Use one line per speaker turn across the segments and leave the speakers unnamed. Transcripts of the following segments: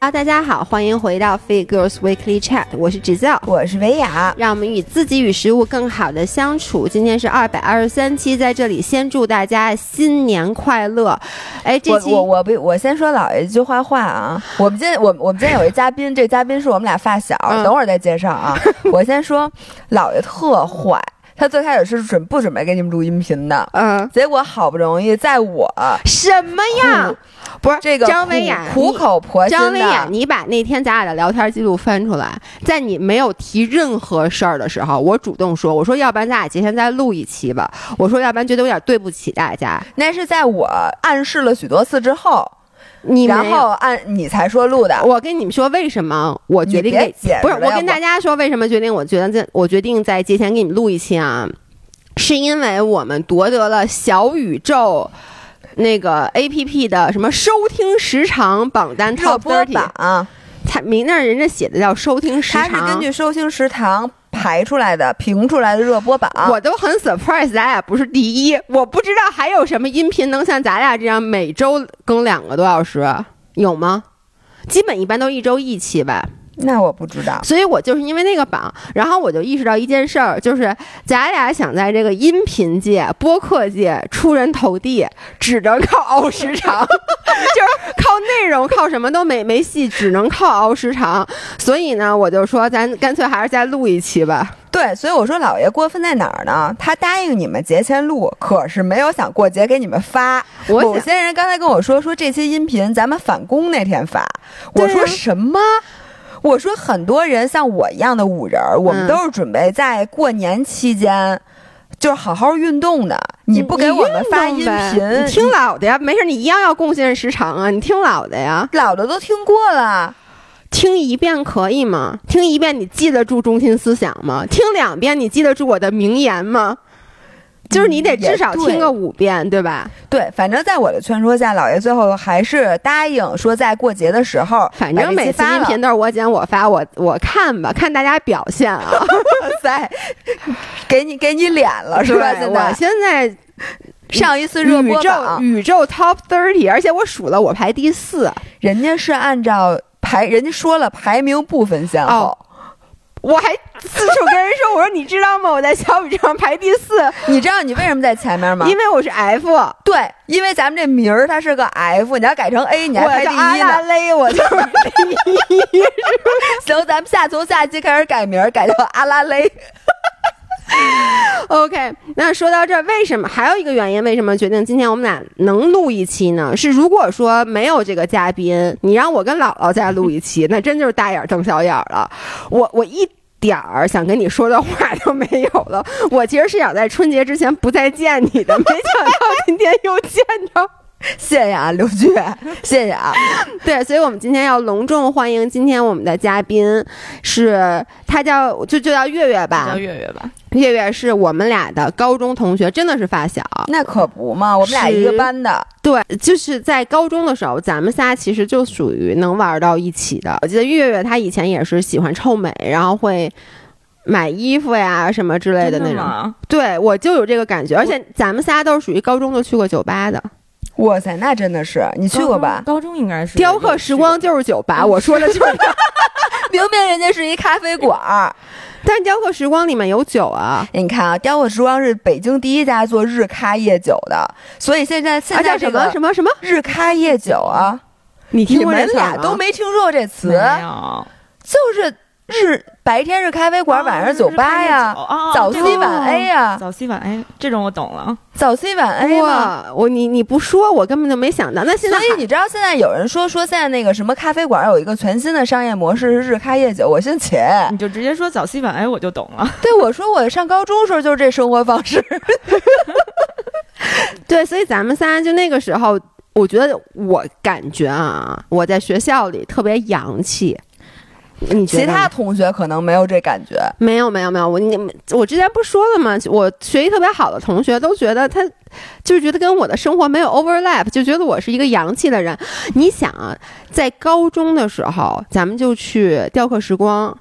Hello，大家好，欢迎回到 Fit Girls Weekly Chat，我是 Giselle。
我是维雅，
让我们与自己与食物更好的相处。今天是二百二十三期，在这里先祝大家新年快乐。哎，这
我
期
我我不我先说姥爷一句坏话啊，我们今天我我们今天有一嘉宾，这嘉宾是我们俩发小，
嗯
等会儿再介 绍啊。我先说，姥爷特坏，他最开始是准不准备给你们录音频的，
嗯，
结果好不容易在我
什么呀？不是
这个
张维雅，
苦
你
苦口婆心
张文雅，
的，
你把那天咱俩的聊天记录翻出来，在你没有提任何事儿的时候，我主动说，我说要不然咱俩今天再录一期吧，我说要不然觉得有点对不起大家，
那是在我暗示了许多次之后，
你没
然后按你才说录的。
我跟你们说，为什么我决定
你别
给
解释
不是
了
我跟大家说为什么决定？我觉得这我决定在节前给你们录一期啊，是因为我们夺得了小宇宙那个 A P P 的什么收听时长榜单
热
Top
播
Thirty，
榜，啊
它明那儿人家写的叫收听时
它
长，
是根据收听时长排出来的、评出来的热播榜。
我都很 surprise，咱俩不是第一，我不知道还有什么音频能像咱俩这样每周更两个多小时，有吗？基本一般都一周一期吧，
那我不知道，
所以我就是因为那个榜，然后我就意识到一件事儿，就是咱俩想在这个音频界、播客界出人头地，只能靠熬时 长，就是靠内容、靠什么都没没戏，只能靠熬时长。所以呢，我就说咱干脆还是再录一期吧。
对，所以我说姥爷过分在哪儿呢？他答应你们节前录，可是没有想过节给你们发。
我
某
想
些人刚才跟我说说这期音频咱们返工那天发，
对
我
啊
说什么？我说很多人像我一样的五人儿，我
嗯
们都是准备在过年期间。就是好好运动的，你不给我们发音
运动呗
频，
你听老的呀，没事，你一样要贡献时长啊，你听老的呀，
老的都听过了，
听一遍可以吗？听一遍你记得住中心思想吗？听两遍你记得住我的名言吗？就是你得
嗯也
至少听
对
个五遍，对吧？
对，反正在我的劝说下，姥爷最后还是答应说在过节的时候，
反正每次
发
音
了
频都是我剪我发，我我看吧，看大家表现啊，
哇塞，给你给你脸了 是吧？
对
现
我
在
现在
上一次热
宇
播
宙
榜，
宇宙 top thirty，而且我数了，我排第四。
人家是按照排，人家说了排名不分先后
哦。我还四处跟人说，我说你知道吗？我在小宇宙上排第 四，
你知道你为什么在前面吗？
因为我是 F，我
对，因为咱们这名儿它是个 F，你要改成 A，你还排
叫
第
阿
一
拉
呢。
蕾，我 就是第一。
行，咱们下从下期开始改名儿，改叫阿拉蕾。
OK，那说到这儿，为什么还有一个原因？为什么决定今天我们俩能录一期呢？是如果说没有这个嘉宾，你让我跟姥姥再录一期，那真就是大眼瞪小眼儿了。我我一点儿想跟你说的话都没有了。我其实是想在春节之前不再见你的，没想到今天又见着。
谢谢啊，刘俊，谢谢啊。
对，所以我们今天要隆重欢迎今天我们的嘉宾是，他叫就就叫月月吧
叫，月月吧。
月月是我们俩的高中同学，真的是发小。
那可不嘛，我们俩一个班的。
对，就是在高中的时候，咱们仨其实就属于能玩到一起的。我记得月月她以前也是喜欢臭美，然后会买衣服呀什么之类的那
真
种。
吗？
对，我就有这个感觉，而且咱们仨都是属于高中就去过酒吧的。
哇塞，那真的是你去过吧？
高中应该是
雕刻时光就是酒吧，我说的就是 它。嗯
明明人家是一咖啡馆儿。
但雕刻时光里面有酒 啊，
你看啊，雕刻时光是北京第一家做日咖夜酒的，所以现在现
啊
在
叫什
这
么
个
什么什么？
日咖夜酒啊，
你听
你
过
们
这词儿啊
俩
吗
都没听说过这词
没，有
就是日白天是咖啡馆，
哦
晚上是酒吧呀，
哦
早 C
这个
晚 A 呀，
早 C 晚 A 这种我懂了。
早 C 晚
哎
A 嘛。
哇，我你你不说，我根本就没想到。那现在
所以
还
你知道现在有人说说现在那个什么咖啡馆有一个全新的商业模式是日咖夜酒，我姓秦。
你就直接说早 C 晚 A 我就懂了。
对我说我上高中时候就是这生活方式，
对，所以咱们仨就那个时候，我觉得我感觉啊，我在学校里特别洋气。你觉得
其
呢？
他同学可能没有这感觉。
没有没有没有，我你我之前不是说了吗？我学习特别好的同学都觉得他，就是觉得跟我的生活没有 overlap，就觉得我是一个洋气的人。你想啊，在高中的时候，咱们就去雕刻时光，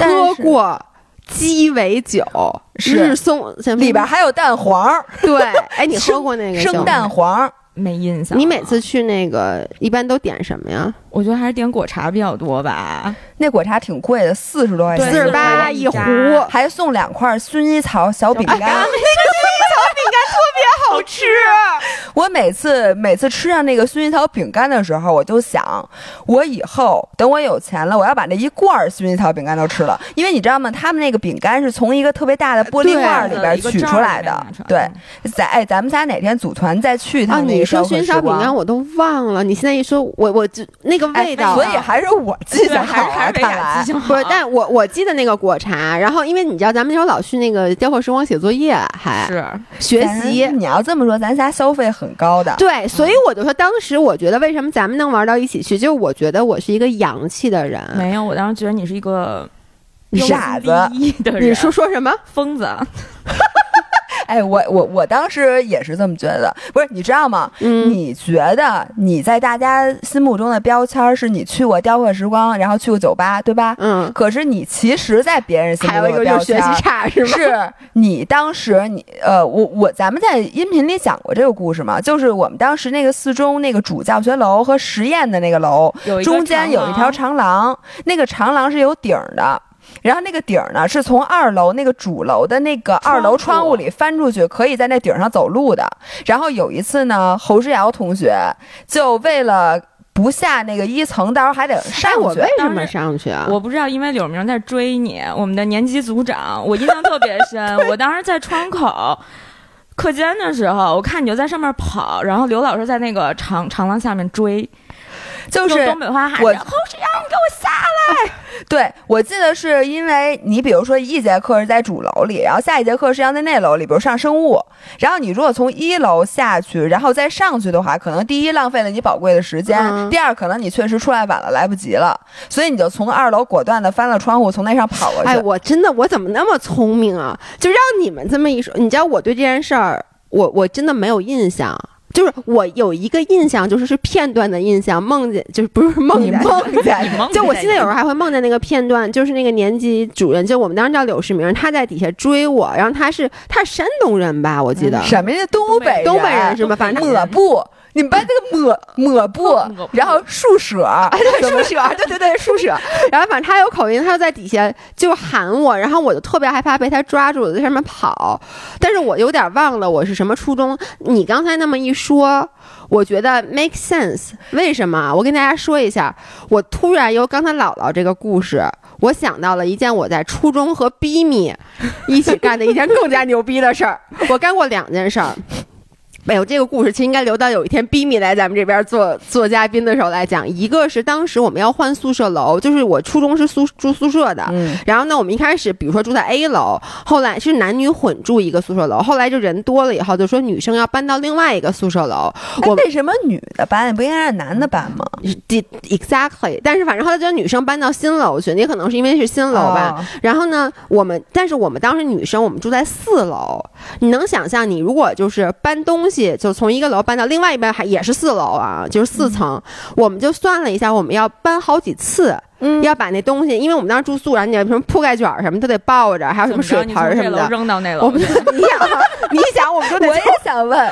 但
喝
是
过鸡尾酒，
是
日松什么
里边还有蛋黄儿，
对，哎，你
生
喝过那个酒
生
吗
蛋黄儿，
没印象了。
你每次去那个一般都点什么呀？
我觉得还是点果茶比较多吧。
那果茶挺贵的，四十多块钱，
对
四十八
48
一壶，
48
还送两块薰衣草小饼
哎
干。
好吃。
我每次每次吃上那个薰衣草饼干的时候，我就想，我以后等我有钱了，我要把那一罐儿薰衣草饼干都吃了，因为你知道吗？他们那个饼干是从一个特别大的玻璃
对
罐儿
呃
里边
一个
取
罩
出
儿
来
里面
的
拿出。来
对
嗯，
咱哎，咱们仨哪天组团再去他
啊，
们那
你
个
说
消
薰
费
衣
时
草饼干
光。
我都忘了，你现在一说，我我就那个味道，
哎
啊
所以还是我记
对，
性
还
好
是还
啊，
是没
看
敢
来
记。性好。
不是，但我我记得那个果茶，然后因为你知道，咱们有老去那个雕刻时光写作业，还
是
学
咱
习。
你要这么说，咱仨消费很高的。
对，所以我就说，当时我觉得为什么咱们能玩到一起去，就是我觉得我是一个洋气的人。
没有，我当时觉得你是一个
你
庸
嗯傻
医
子
的人，
你说说什么？
疯子，
哎，我我我当时也是这么觉得，不是你知道吗？
嗯，
你觉得你在大家心目中的标签儿是你去过雕刻时光，然后去过酒吧，对吧？
嗯，
可是你其实，在别人心
还
目
有一
中
个就
的标
是学
签
习
儿。
差是吗？
是你当时你呃，我我咱们在音频里讲过这个故事嘛，就是我们当时那个四中那个主教学楼和实验的那个楼
有一个
中间有一条
长
长廊，那个长廊是有顶儿的。然后那个顶儿呢，是从二楼那个主楼的那个
窗户
二楼窗户里翻出去，可以在那顶儿上走路的。然后有一次呢，侯之瑶同学就为了不下那个一层，到时候还得上
但哎我
去
为。什
当
么
时
上去啊
廊。？我不知道，因为柳明在追你，我们的年级组长，我印象特别 深。我当时在窗口课间的时候，我看你就在上面跑，然后刘老师在那个长长廊下面追，
就
用
是
东北话喊
我
着侯世阳，你给我下
对，我记得是因为你，比如说一节课是在主楼里，然后下一节课是要在那楼里，比如上生物。然后你如果从一楼下去，然后再上去的话，可能第一浪费了你宝贵的时间，
嗯
第二可能你确实出来晚了，来不及了，所以你就从二楼果断的翻了窗户，从那上跑过去。
哎，我真的我怎么那么聪明啊？就让你们这么一说，你知道我对这件事儿，我我真的没有印象。就是我有一个印象，就是是片段的印象，梦见就是不是梦
你
见，
梦
来，你
见。
蒙
就我
着
现在
你
有时候还会梦见那个片段，就是那个年级主任，就我们当时叫柳世明，他在底下追我，然后他是他是山东人吧，我记得，
什么呀？哎东北人，
东北人是吗？反正
抹布，你们班那个抹抹布
抹布，
然后树舍，
哎对宿舍，对对对宿舍。然后反正他有口音，他就在底下就喊我，然后我就特别害怕被他抓住，我在上面跑。但是我有点忘了我是什么初衷。你刚才那么一说，我觉得 make sense。为什么？我跟大家说一下，我突然由刚才姥姥这个故事。我想到了一件我在初中和逼咪一起干的一件更加牛逼的事儿。我干过两件事儿，哎呦，这个故事其实应该留到有一天 b i m i 来咱们这边做做嘉宾的时候来讲。一个是当时我们要换宿舍楼，就是我初中是宿住宿舍的。
嗯，
然后呢，我们一开始比如说住在 A 楼，后来是男女混住一个宿舍楼，后来就人多了以后，就说女生要搬到另外一个宿舍楼。
哎
我
为什么女的班不应该让男的班吗？
d exactly，但是反正后来就让女生搬到新楼去，也可能是因为是新楼吧。
哦？
然后呢，我们但是我们当时女生，我们住在四楼，你能想象你如果就是搬东西，就从一个楼搬到另外一边还也是四楼啊，就是四层，我们就算了一下，我们要搬好几次。
嗯
要把那东西，因为我们当时住宿，然后你有什么铺盖卷儿什么都得抱着，还有什
怎么
么水
着？你
盆
从
儿什么
这楼
的。
扔到那
我
楼
们
去，
就你想，你想，我们就得
我也想问，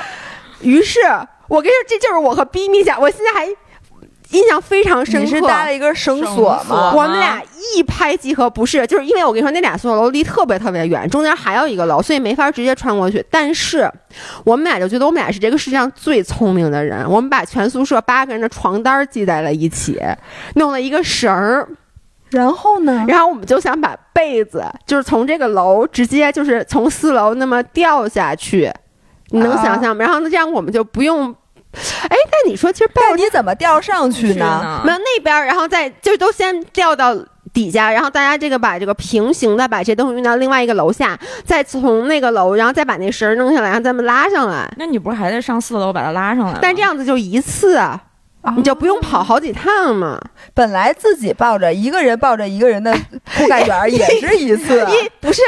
于是，我跟你说，这就是我和逼咪讲，我现在还印象非常深刻。
你是搭了一根绳
绳
索吗
索？
我们俩一拍即合，不是，就是因为我跟你说那俩宿舍楼离特别特别远，中间还有一个楼，所以没法直接穿过去。但是我们俩就觉得我们俩是这个世界上最聪明的人，我们把全宿舍八个人的床单系在了一起，弄了一个绳儿，
然后呢？
然后我们就想把被子就是从这个楼直接就是从四楼那么掉下去，你
啊
能想象吗？然后呢，这样我们就不用。哎，那你说，其实被
但你怎么吊上去
是
呢？
呢
没有那边儿，然后再就都先掉到底下，然后大家这个把这个平行的把这东西运到另外一个楼下，再从那个楼，然后再把那绳儿弄下来，然后咱们拉上来。
那你不是还得上四楼把他拉上来吗？
但这样子就一次，啊，你就不用跑好几趟嘛。
本来自己抱着一个人抱着一个 人的铺盖卷儿也是一次，
一不是，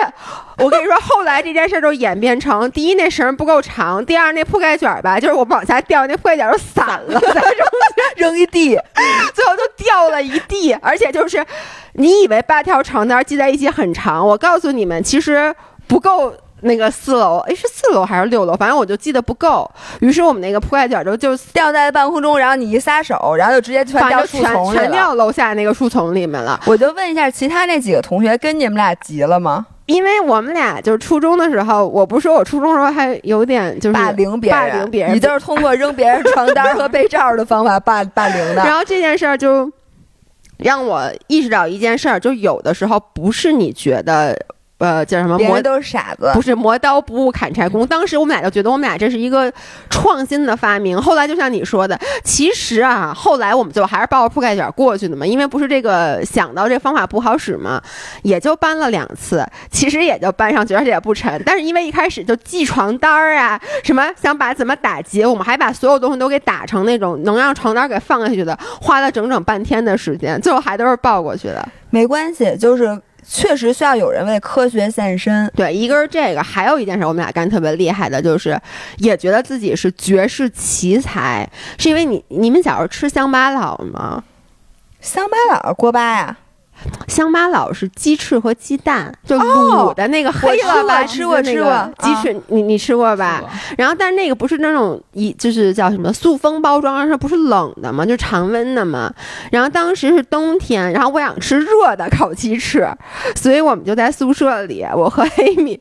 我跟你说，后来这件事儿就演变成：第一，那绳儿不够长；第二，那铺盖卷儿吧，就是我往下掉，那铺盖卷儿就散了，在中
扔一地，
最后就掉了一地，而且就是，你以为八条床单系在一起很长，我告诉你们，其实不够那个四楼，哎，是四楼还是六楼？反正我就记得不够。于是我们那个铺盖卷就就
吊在半空中，然后你一撒手，然后就直接全
反
掉
正
树
全
丛里
全
了。
掉楼下那个树丛里面了。
我就问一下，其他那几个同学跟你们俩急了吗？
因为我们俩就是初中的时候，我不是说我初中的时候还有点就是
霸凌别人，
霸凌别人，
你就是通过扔别人床单和被罩的方法 霸霸凌的。
然后这件事儿就让我意识到一件事儿，就有的时候不是你觉得呃叫什么
别
磨
人都是傻子
不，是磨刀不误砍柴工。当时我们俩就觉得我们俩这是一个创新的发明。后来就像你说的，其实啊，后来我们就还是抱着铺盖卷过去的嘛，因为不是这个想到这方法不好使嘛，也就搬了两次，其实也就搬上去，而且也不沉。但是因为一开始就系床单儿啊，什么想把怎么打结，我们还把所有东西都给打成那种能让床单儿给放下去的，花了整整半天的时间，最后还都是抱过去的。
没关系，就是确实需要有人为科学献身。
对，一个是这个，还有一件事我们俩干特别厉害的，就是也觉得自己是绝世奇才，是因为你你们小时候吃乡巴佬吗？
乡巴佬锅巴呀、
乡巴佬是鸡翅和鸡蛋，就卤的那个黑
吃
了
过
吧唧的那个、
哦吃过吃过
鸡翅，你你吃过吧？
是吧
然后，但是那个不是那种一就是叫什么塑封包装，而是不是冷的嘛，就常温的嘛。然后当时是冬天，然后我想吃热的烤鸡翅，所以我们就在宿舍里，我和 Amy，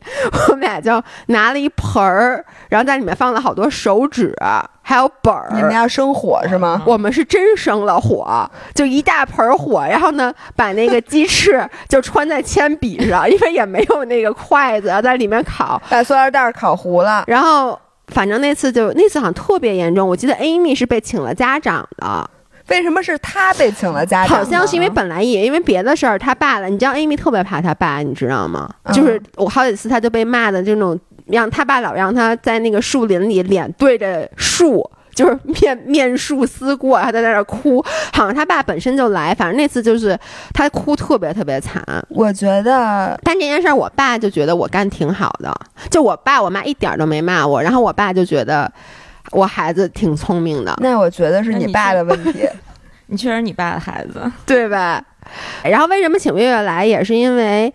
我们俩就拿了一盆儿，然后在里面放了好多手指，还有本儿。
你们要生火是吗？
我们是真生了火，就一大盆儿火，然后呢，把那个鸡翅 就穿在铅笔上，因为也没有那个筷子，然后在里面烤。
把塑料袋儿烤糊 了，
然后反正那次就那次好像特别严重，我记得 Amy 是被请了家长的，
为什么是他被请了家长呢？
好像是因为本来也因为别的事儿他爸了，你知道 Amy 特别怕他爸，你知道吗？
嗯
就是我好几次他就被骂的这种，让他爸老让他在那个树林里脸对着树。就是面面树思过，他在那儿哭，好像他爸本身就来，反正那次就是他哭特别特别惨。
我觉得
但这件事儿，我爸就觉得我干挺好的，就我爸我妈一点儿都没骂我，然后我爸就觉得我孩子挺聪明的，
那我觉得是
那
你
你
爸
是
的问题。
你确实是你爸的孩子，
对吧？然后为什么请月月来，也是因为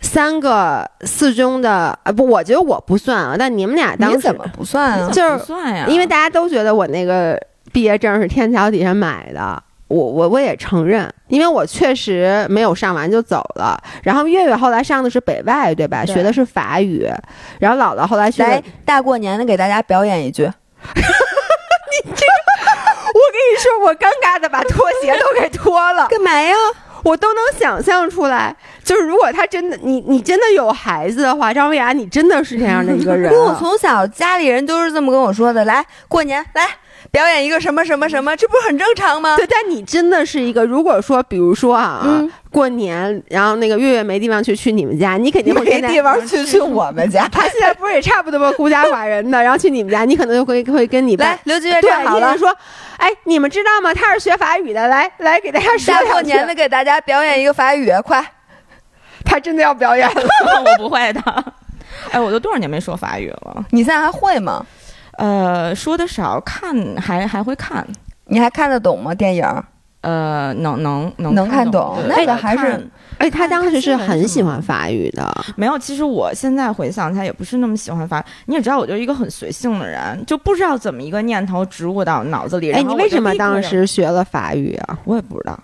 三个四中的，啊不，我觉得我不算啊，但你们俩当
你
时
怎么不算啊
你？
嗯就
怎么
是
不算呀，
因为大家都觉得我那个毕业证是天桥底下买的，我我我也承认，因为我确实没有上完就走了。然后月月后来上的是北外，对吧？
对
学的是法语，然后姥姥后来学的
来，大过年的给大家表演一句，
我跟你说，我尴尬的把拖鞋都给脱了，
干嘛呀？
我都能想象出来。就是如果他真的，你你真的有孩子的话，张薇雅，你真的是这样的一个
因
人啊
为我从小家里人都是这么跟我说的，来过年来表演一个什么什么什么，这不是很正常吗？
对，但你真的是一个，如果说，比如说啊，
嗯
过年，然后那个月月没地方去，去你们家，你肯定会
没
跟。
地方去去我们 家
他现在不是也差不多吗？孤家寡人的，然后去你们家，你可能就会会跟你爸
来，刘菊月
对
站，好
你跟
了
他，说，哎，你们知道吗？他是学法语的，来来给大家说
大
两
过
句
年的，给大家表演一个法语，快！
他真的要表演了。
我不会的。哎，我都多少年没说法语了？
你现在还会吗？
呃，说的少，看还还会看，
你还看得懂吗？电影儿？
呃，能能能
能看
看
懂
对
那
对
个还是
看
哎，他当时是很喜欢
看新闻是吗
法语的，
没有，其实我现在回想起来也不是那么喜欢法语。你也知道，我就是一个很随性的人，就不知道怎么一个念头植入到脑子里。
哎，
然后
你
我
为
就
什么
逼迫
当
着
时学了法语啊？
我也不知道，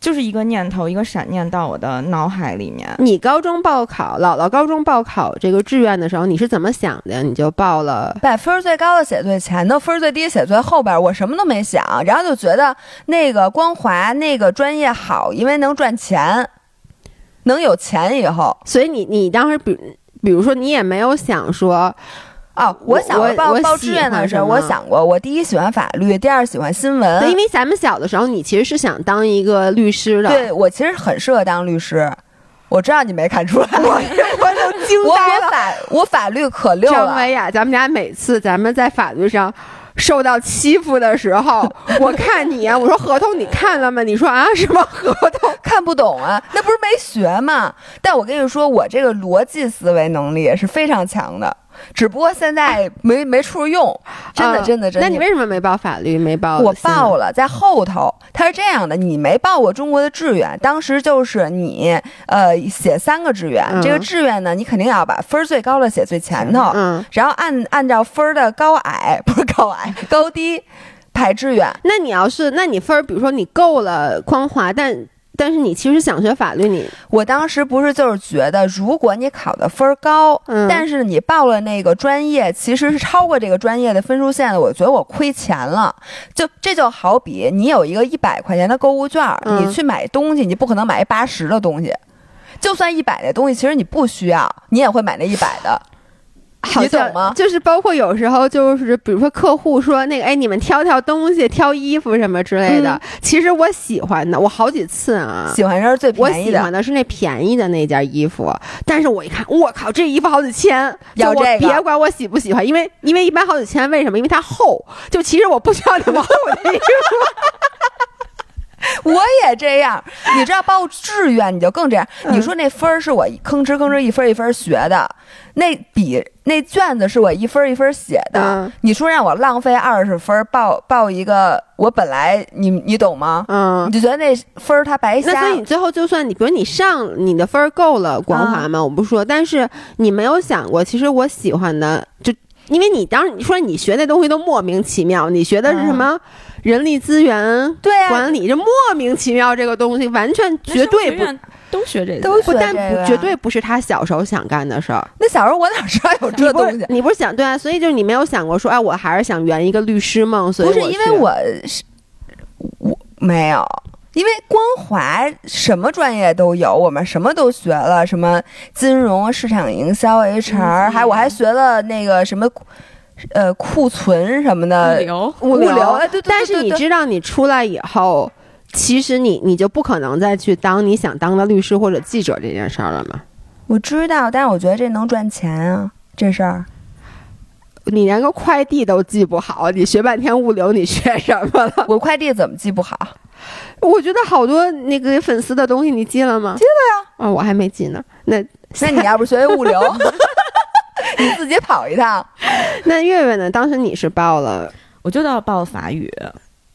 就是一个念头，一个闪念到我的脑海里面。
你高中报考，姥姥高中报考这个志愿的时候，你是怎么想的呀？你就报了，
把分儿最高的写最前头，分儿最低写最后边儿，我什么都没想，然后就觉得那个光华那个专业好，因为能赚钱，能有钱以后。
所以你你当时比比如说你也没有想说，
哦，我小时候
我
报
我
报
喜
志愿的
欢
时
什
候，
么
我想过，我第一喜欢法律，第二喜欢新闻
对，因。为咱们小的时候，你其实是想当一个律师的，
对我其实很适合当律师，我知道你没看出来，我
我都惊
我我法我法律可溜
张
了。
维雅，咱们俩每次咱们在法律上受到欺负的时候，我看你啊，我说合同你看了吗？你说啊什么合同？
看不懂啊，那不是没学吗？但我跟你说，我这个逻辑思维能力是非常强的。只不过现在 没没处用，真的
呃
真的真的。
那你为什么没报法律？没报
我
新闻
报了，在后头，他是这样的，你没报过中国的志愿，当时就是你呃写三个志愿，
嗯
这个志愿呢，你肯定要把分儿最高的写最前头，
嗯，
然后按按照分儿的高矮不是高矮高低排志愿。
那你要是，那你分儿，比如说你够了光华，但但是你其实想学法律，你
我当时不是就是觉得，如果你考的分儿高，
嗯
但是你报了那个专业，其实是超过这个专业的分数线的，我觉得我亏钱了。就这就好比你有一个一百块钱的购物券儿，
嗯
你去买东西，你不可能买一八十的东西。就算一百的东西，其实你不需要，你也会买那一百的。
好
你懂
像
吗
就是包括有时候就是，比如说客户说那个，哎，你们挑挑东西，挑衣服什么之类的。
嗯
其实我喜欢的，我好几次啊。
喜欢人是最
我
便宜
喜
的
欢，的是那便宜的那件衣服，但是我一看，我靠，这衣服好几千，就
要
我
这个
别管我喜不喜欢，因为因为一般好几千，为什么？因为它厚，就其实我不需要那么厚的衣 服。
我也这样。你知道报志愿你就更这样。
嗯
你说那分儿是我吭哧吭哧一分儿一分儿学的，那笔那卷子是我一分儿一分儿写的。
嗯
你说让我浪费二十分儿报报一个，我本来你你懂吗？
嗯
你，就觉得那分儿它白
那
瞎
所以你最后就算你，比如你上你的分儿够了光华
嗯
嘛，我不说，但是你没有想过，其实我喜欢的就。因为你当时你说你学那东西都莫名其妙，你学的是什
嗯
么人力资源
对啊，
管理，这莫名其妙这个东西完全
那
绝对
商学
不
院都学这些，
都
不
学
但
这
不
个
绝对不是他小时候想干的事儿。
那小时候我哪知道有
你
这
不
东
是
西？
你不是想对啊，所以就是你没有想过说，哎，我还是想圆一个律师梦，所以
不是因为
去
我是我没有，因为光华什么专业都有，我们什么都学了，什么金融、市场营销、HR，、还
嗯
我还学了那个什么呃库存什么
物
的。
流
物
流
流，哎对对对
但是
对
你
对
知道，你出来以后，其实你你就不可能再去当你想当的律师或者记者这件事儿了嘛？
我知道，但是我觉得这能赚钱啊，这事儿。
你连个快递都记不好，你学半天物流，你学什么了？
我快递怎么记不好？
我觉得好多那个粉丝的东西你记了吗？记了呀。哦，我还没记呢。那
那你要不学学物流， 你自己跑一趟。
那月月呢？当时你是报了，
我就要报法语，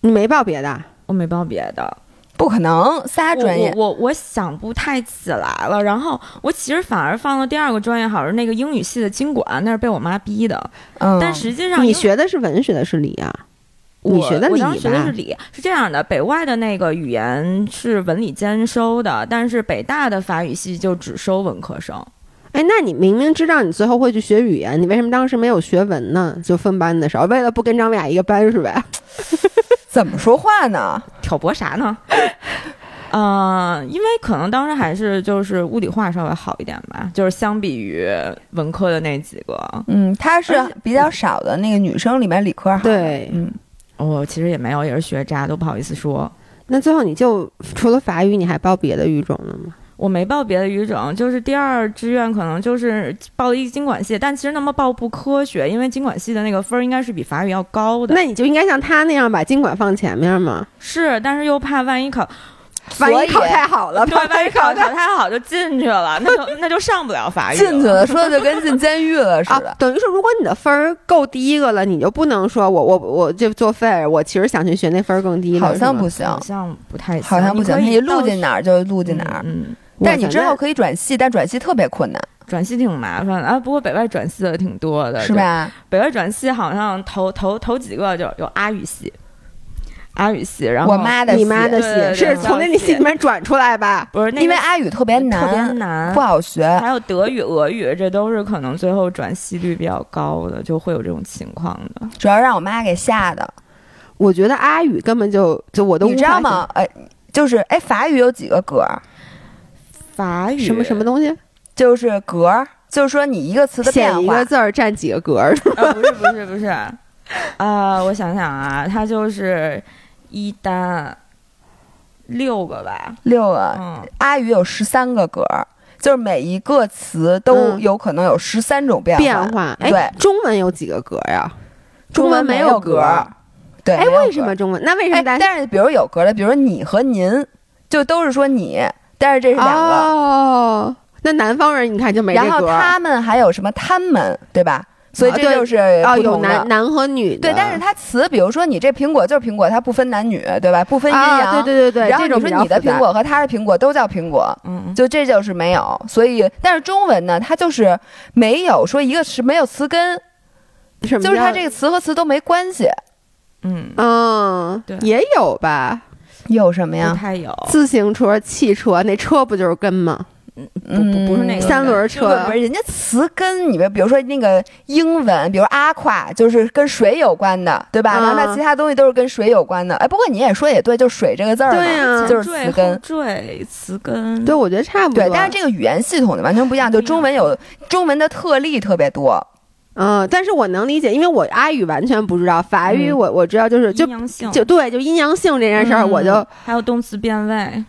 你没报别的啊？
我没报别的。
不可能，仨专业，
我我我我想不太起来了。然后我其实反而放了第二个专业，好像是那个英语系的经管，那是被我妈逼的。
嗯，
但实际上
你
英
学的是文学的是理啊？
我
你学的
我
理
当时学的
吧
是理，是这样的，北外的那个语言是文理兼收的，但是北大的法语系就只收文科生。
哎，那你明明知道你最后会去学语言，你为什么当时没有学文呢？就分班的时候，为了不跟张伟雅一个班是呗？
怎么说话呢？
挑拨啥呢？ 呃，因为可能当时还是就是物理化稍微好一点吧，就是相比于文科的那几个，
嗯，她是比较少的那个女生里面理科好。，
对，
嗯，
我、其实也没有，也是学渣，都不好意思说。
那最后你就除了法语，你还报别的语种了吗？
我没报别的语种，就是第二志愿可能就是报了一个经管系，但其实那么报不科学，因为经管系的那个分儿应该是比法语要高的。
那你就应该像他那样把经管放前面嘛，
是，但是又怕 万一考，
万
所
一
以
考太好了，
对，万一考
太
考太好就进去了，那 就那就上不了法语
进去
了。
了，说的就跟进监狱了似
啊
的，。
等于说，如果你的分儿够低个了，你就不能说我我我就作废，我其实想去学那分儿更低的，
好像不
是吗
行，
好像不哎太行，
好像不行，
你
你录进哪儿就录
录
进哪儿。
嗯，
但
哇
你
塞
之
那
后可以转系，但转系特别困难，
转系挺麻烦的啊。不过北外转系的挺多的，
是
对？
吧？
北外转系好像头头头几个就有阿语系，阿语系，然后
我妈的系，
你妈的
对对
戏是
对对
从那
对
个戏里面转出来吧？
不是那个
因为阿语特别
特别
难，
难
不好学。
还有德语、俄语，这都是可能最后转系率比较高的，就会有这种情况的。
主要让我妈给吓的，
我觉得阿语根本就就我都
你
无
知
法
道吗？哎，就是哎，法语有几个格儿？
法语
想？什么什么东西？
就是格儿，就是说你一个词的
写
变
一
化
个。字儿占几个格儿？
呃，不是不是不是，呃，我想想啊，它就是一单六个吧，
六个，
嗯，
阿语有十三个格儿，就是每一个词都
嗯
有可能有十三种变化。
变化。哎，
对
中文有几个格呀？
中
文
文
没
有
格
格儿。。对，
哎，
没有
为什
格
么
儿？
中文？那为什
哎，
么大家？
但是比如有格儿的，比如你和您，就都是说你，但是这是两个。
哦哦，那南方人你看就没这
然后
格儿。
他们还有什么他们，对吧？所以这就是
啊，
不
有
同的
男男和女的，啊
对，但是它词，比如说你这苹果就是苹果，它不分男女，对吧？不分阴阳。
啊，对对对对，
然后
这种
你说
比较
你的
复杂
苹果和他的苹果都叫苹果，
嗯，
就这就是没有。所以，但是中文呢，它就是没有说一个是没有词根，
什么
就是
叫
它这个词和词都没关系。
嗯，
嗯
对，
也有吧。
有什么
不
呀？
太有，
自行车、汽车，那车不就是跟吗？
不不不是那个
嗯三轮车啊
不是不是，人家词根，你们比如说那个英文，比如阿夸，就是跟水有关的，对吧？
嗯
然后那其他东西都是跟水有关的。哎，不过你也说也对，就水这个字儿嘛，
对
啊
呀
就是词根。
缀词根，
对，啊我觉得差不多。
嗯对，但是这个语言系统的完全不一样，就中文有中文的特例特别多，
嗯，但是我能理解，因为我阿语完全不知道，法语
嗯
我我知道，就是就
阴阳性，
就对，就阴阳性这件事儿，
嗯
我就
还有动词变位，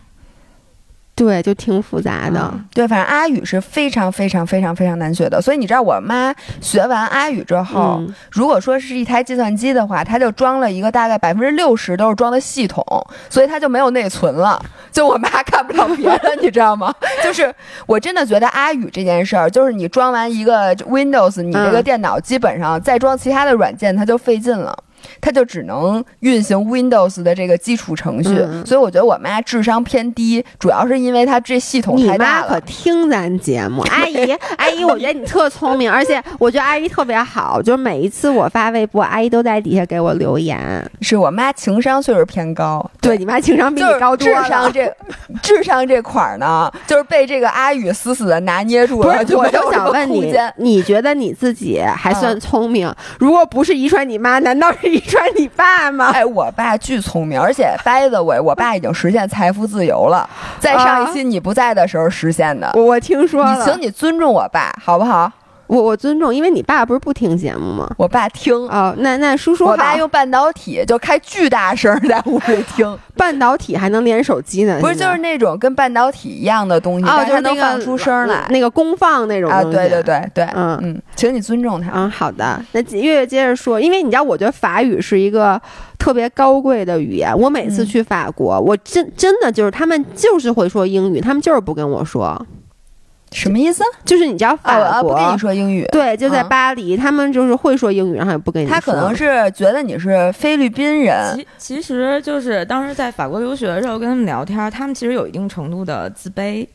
对，就挺复杂的。
对，反正阿语是非常非常非常非常难学的，所以你知道我妈学完阿语之后，
嗯
如果说是一台计算机的话，她就装了一个大概百分之六十都是装的系统，所以她就没有内存了，就我妈看不了别的，你知 道吗？就是我真的觉得阿语这件事儿，就是你装完一个 Windows，你这个
嗯
电脑基本上再装其他的软件，它就费劲了。它就只能运行 Windows 的这个基础程序，
嗯
所以我觉得我妈智商偏低，主要是因为她这系统
你
太
妈
大了。
可听咱节目，阿 姨，阿姨，我觉得你特聪明，而且我觉得阿姨特别好，就是每一次我发微博，阿姨都在底下给我留言。
是我妈情商确实偏高，
对，你妈情商比
就
你
是
高多
智
了。
商这智商这块儿呢，就是被这个阿宇死死的拿捏住
不
了，
是，
就
我
没
就
有什
想
么
问
空
你
间。，嗯
你觉得你自己还算聪明？如果不是遗传你妈，难道是遗传你爸吗？
哎，我爸巨聪明，而且 by the way，我爸已经实现财富自由了，在上一期你不在的时候实现的。
我啊我听说
你
了
请，你尊重我爸好不好？
我我尊重，因为你爸不是不听节目吗？
我爸听，
哦，那那叔叔
嗯我爸
好，
用半导体就开巨大声儿在屋里听，
半导体还能连手机呢，
不是
现
就
在
是那种跟半导体一样的东西，
啊哦，就
但
是是
它
那
能
个
放出声儿来。
那个功放那种
啊，
东西
对对。对对，
嗯
嗯，请你尊重他。
嗯，好的。那月月接着说，因为你知道，我觉得法语是一个特别高贵的语言。我每次
嗯
去法国，我真真的就是他们就是会说英语，他们就是不跟我说。
什么意思？
就是你知道
啊，我
法
啊不
国，
跟你说英语。
对，就在
嗯
巴黎，他们就是会说英语，然后也不跟你说。
他可能是觉得你是菲律宾人，
呃
其其实就是当时在法国留学的时候跟他们聊天，他们其实有一定程度的自卑，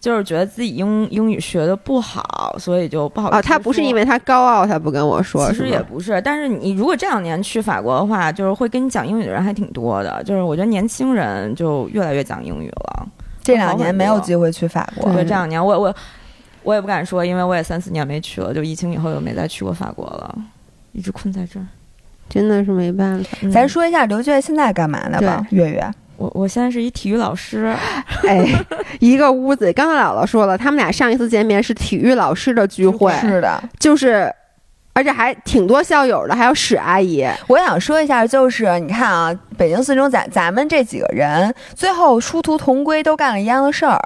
就是觉得自己英英语学的不好，所以就不好
哦，他不是因。为他高傲，他不跟我说，
其
是
实
吗
也不是，但是你如果这两年去法国的话，就是会跟你讲英语的人还挺多的。就是我觉得年轻人就越来越讲英语了。
这两年没有机会去法国
对
我觉。得这两年我我我也不敢说，因为我也三四年没去了，就疫情以后又没再去过法国了，一直困在这儿。
真的是没办法。
嗯
咱说一下刘俊现在干嘛呢吧，月月。
我我现在是一体育老师，
哎， 一个屋子，刚才姥姥说了，他们俩上一次见面是体育老师的聚会，
是的，
就是。而且还挺多校友的，还有史阿姨，
我想说一下，就是你看啊，北京四中咱咱们这几个人最后殊途同归，都干了一样的事儿，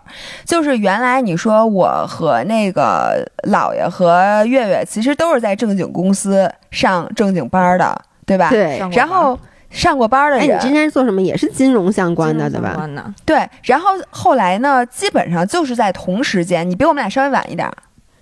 就是原来你说我和那个姥爷和月月其实都是在正经公司上正经班儿的，对吧？。
对。
上过
然后上过班儿的
哎，你
人，
之前是做什么？也是金融相
班
关的，
金
对
融相
吧？
关的
对，然后后来呢，基本上就是在同时间，你比我们俩稍微晚一点儿。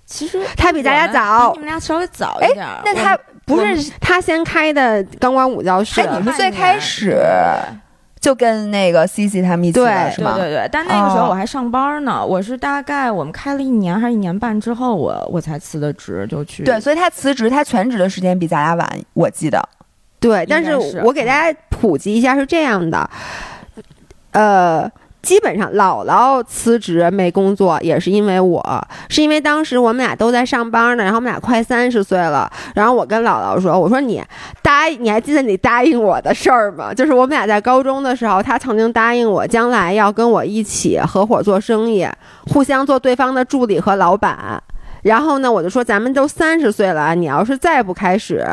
其实
他比大家
我们
早
比你们俩稍微早
哎
一点儿。
那他不是，
他先开的钢管舞教室，
哎
我
你是最开始
对
就跟那个 C C 他们一起的
对
是
对
吗？
对对，但那个时
哦
候我还上班呢，我是大概我们开了一年还是一年半之后，我我才辞的职，就去
对所以他辞职，他全职的时间比咱俩晚，我记得。
对，
应
但
该
是
是嗯
我给大家普及一下是这样的，呃，基本上姥姥辞职没工作也是因为我，是因为当时我们俩都在上班呢，然后我们俩快三十岁了，然后我跟姥姥说，我说你答应，你还记得你答应我的事儿吗？就是我们俩在高中的时候，她曾经答应我，将来要跟我一起合伙做生意，互相做对方的助理和老板。然后呢，我就说咱们都三十岁了，你要是再不开始，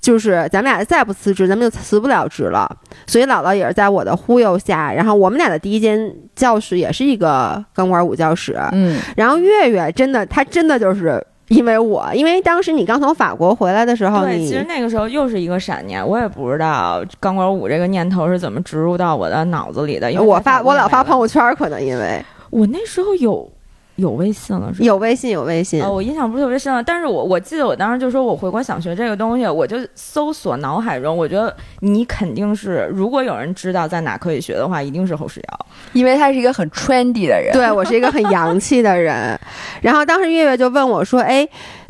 就是咱们俩再不辞职，咱们就辞不了职了。所以姥姥也是在我的忽悠下，然后我们俩的第一间教室也是一个钢管舞教室。
嗯，
然后月月真的，她真的就是因为我，因为当时你刚从法国回来的时候，
对，
你
其实那个时候又是一个闪念，我也不知道钢管舞这个念头是怎么植入到我的脑子里的。因为
我
在法
发
国
我
也
老
没
发
玩
朋友圈，可能因为
我那时候有有微信了，是吧
有微信，有微信
啊、。我印象不是特别深了，但是我我记得我当时就说，我回国想学这个东西，我就搜索脑海中，我觉得你肯定是，如果有人知道在哪可以学的话，一定是侯世瑶。
因为他是一个很 trendy 的人。
对我是一个很洋气的人。 然后当时月月就问我说：“哎，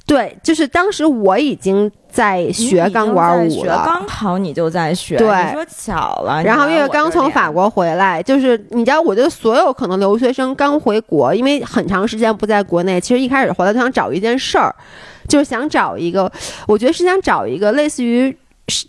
对，就是当时我已经在学钢管
你已经
舞
在
了
学，刚好你就在学，
对
你说巧了。
然后
啊你
月
来
月
我
刚
这
从
里
法国回来，就是你知道，我觉得所有可能留学生刚回国，因为很长时间不在国内，其实一开始回来就想找一件事儿，就是想找一个，我觉得是想找一个类似于。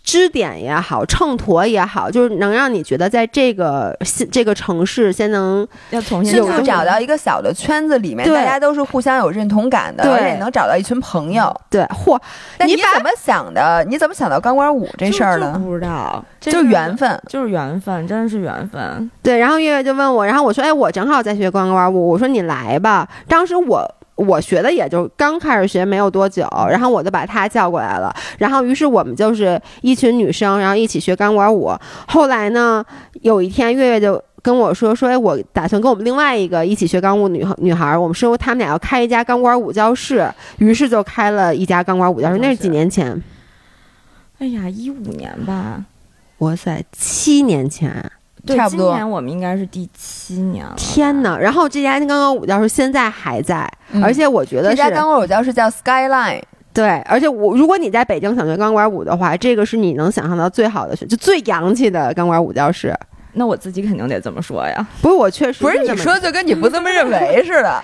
支点也好，秤砣也好，就是能让你觉得在这个这个城市先能
要重
是
新
有
就
这种
找到一个小的圈子里面，
对
大家都是互相有认同感的，
对
而且能找到一群朋友。
对，嚯，
那
你
你
把
怎么想的？你怎么想到钢管舞这事儿
就
呢？
不知道，这
就
个
缘，分。
就是缘分，真的是缘分。
对，然后月月就问我，然后我说，哎，我正好在学钢管舞，我说你来吧。当时我我学的也就刚开始学没有多久，然后我就把她叫过来了，然后于是我们就是一群女生，然后一起学钢管舞。后来呢，有一天月月就。跟我说说，哎，我打算跟我们另外一个一起学钢管舞女女孩儿，我们说他们俩要开一家钢管舞教室，于是就开了一家钢管舞教室。那是几年前？
哎呀，一五年吧，
哇塞，七年前。啊
对，
差不多
今年我们应该是第七年了。
天
哪！
哪！然后这家钢管舞教室现在还在，
嗯
而且我觉
这
得
家
是
钢管舞教室叫 Skyline，
对，而且我如果你在北京想学钢管舞的话，这个是你能想象到最好的学，就最洋气的钢管舞教室。
那我自己肯定得这么说呀。
不是我确实
不是
这
你
么
说就跟你不这么认为似的。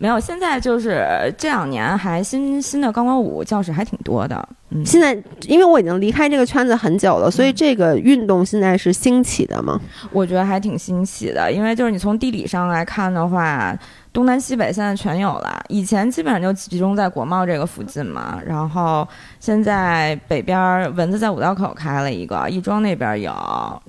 没有，现在就是呃这两年还新新的钢管舞教室还挺多的。嗯，
现在，因为我已经离开这个圈子很久了，
嗯
所以这个运动现在是兴起的嘛。
我觉得还挺新奇的，因为就是你从地理上来看的话，东南西北现在全有了。以前基本上就集中在国贸这个附近嘛，然后现在北边儿蚊子在五道口开了一个，亦庄那边有，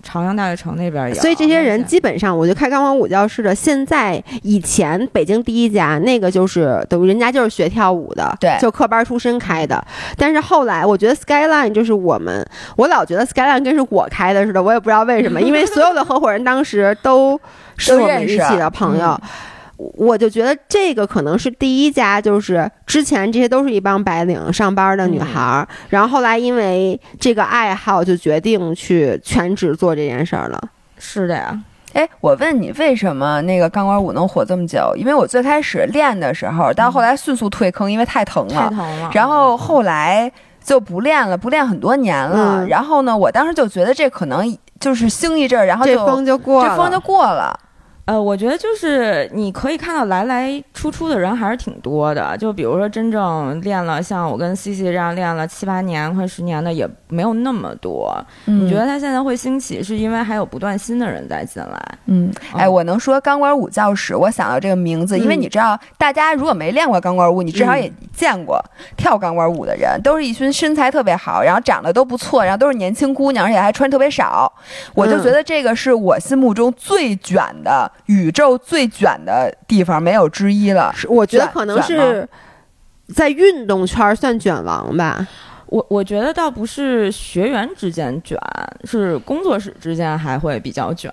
朝阳大悦城那边有。
所以这些人
那
基本上，我就开钢管舞教室的。现在以前北京第一家那个就是等于人家就是学跳舞的，
对
就科班出身开的。但是后来我觉得 Skyline 就是我们，我老觉得 Skyline 跟是我开的似的，我也不知道为什么，因为所有的合伙人当时都是我们一起的朋友。我就觉得这个可能是第一家，就是之前这些都是一帮白领上班的女孩儿，然后后来因为这个爱好就决定去全职做这件事儿了。
是的呀，
哎，我问你，为什么那个钢管舞能火这么久？因为我最开始练的时候，到后来迅速退坑，因为太疼
太
了
疼。了。
然后后来就不练了，不练很多年了。
嗯
然后呢，我当时就觉得这可能就是兴一阵儿，然后就
这风啊就过了，
这风就过了。
呃，我觉得就是你可以看到来来出出的人还是挺多的，就比如说真正练了像我跟 C C 这样练了七八年、快十年的也没有那么多。
嗯
你觉得它现在会兴起，是因为还有不断新的人在进来？
嗯，哎，
嗯
我能说钢管舞教室，我想到这个名字，因为
嗯
你知道，大家如果没练过钢管舞，你至少也见过跳钢管舞的人，都是一群身材特别好，然后长得都不错，然后都是年轻姑娘，而且还穿特别少。我就
嗯
觉得这个是我心目中最卷的宇宙最卷的地方，没有之一了。
是我觉得
卷
可能
卷
是在运动圈儿算卷王吧。
我我觉得倒不是学员之间卷，是工作室之间还会比较卷，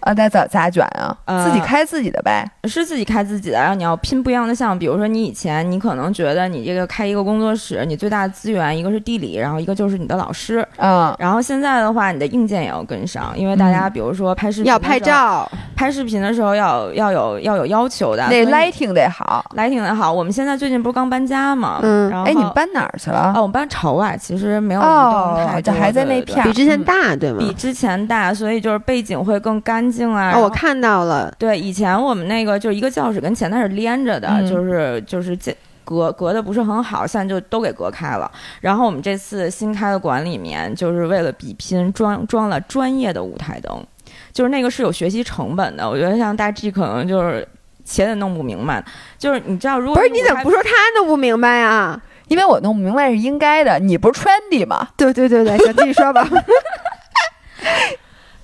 啊，那咋咋卷啊？
呃
自己开自己的呗。
是自己开自己的，然后你要拼不一样的项目。比如说你以前你可能觉得你这个开一个工作室，你最大的资源一个是地理，然后一个就是你的老师，
嗯，
然后现在的话，你的硬件也要跟上，因为大家比如说拍视频、
要拍、照，
拍视频的时候要要有要有要求的。
那 lighting 得好。
来挺的好，我们现在最近不是刚搬家嘛，
嗯
然后
哎，你们搬哪儿去了
啊，？我们搬朝外，其实没有移动
哦
太，
这
多，
还在那
对对对
片儿，
啊比之前
嗯
大，对吗？
比之前大，所以就是背景会更干净啊。
啊，
哦
然后
我看到了，
对，以前我们那个就是一个教室跟前台是连着的，
嗯
就是就是这隔隔的不是很好，现在就都给隔开了。然后我们这次新开的馆里面，就是为了比拼装装了专业的舞台灯，就是那个是有学习成本的。我觉得像大 G 可能就是。且得弄不明白，就是你知道，如果
不是你怎么
舞台
不说他弄不明白啊？
因为我弄不明白是应该的，你不是 trendy 吗？
对对对对，行，继续说 吧。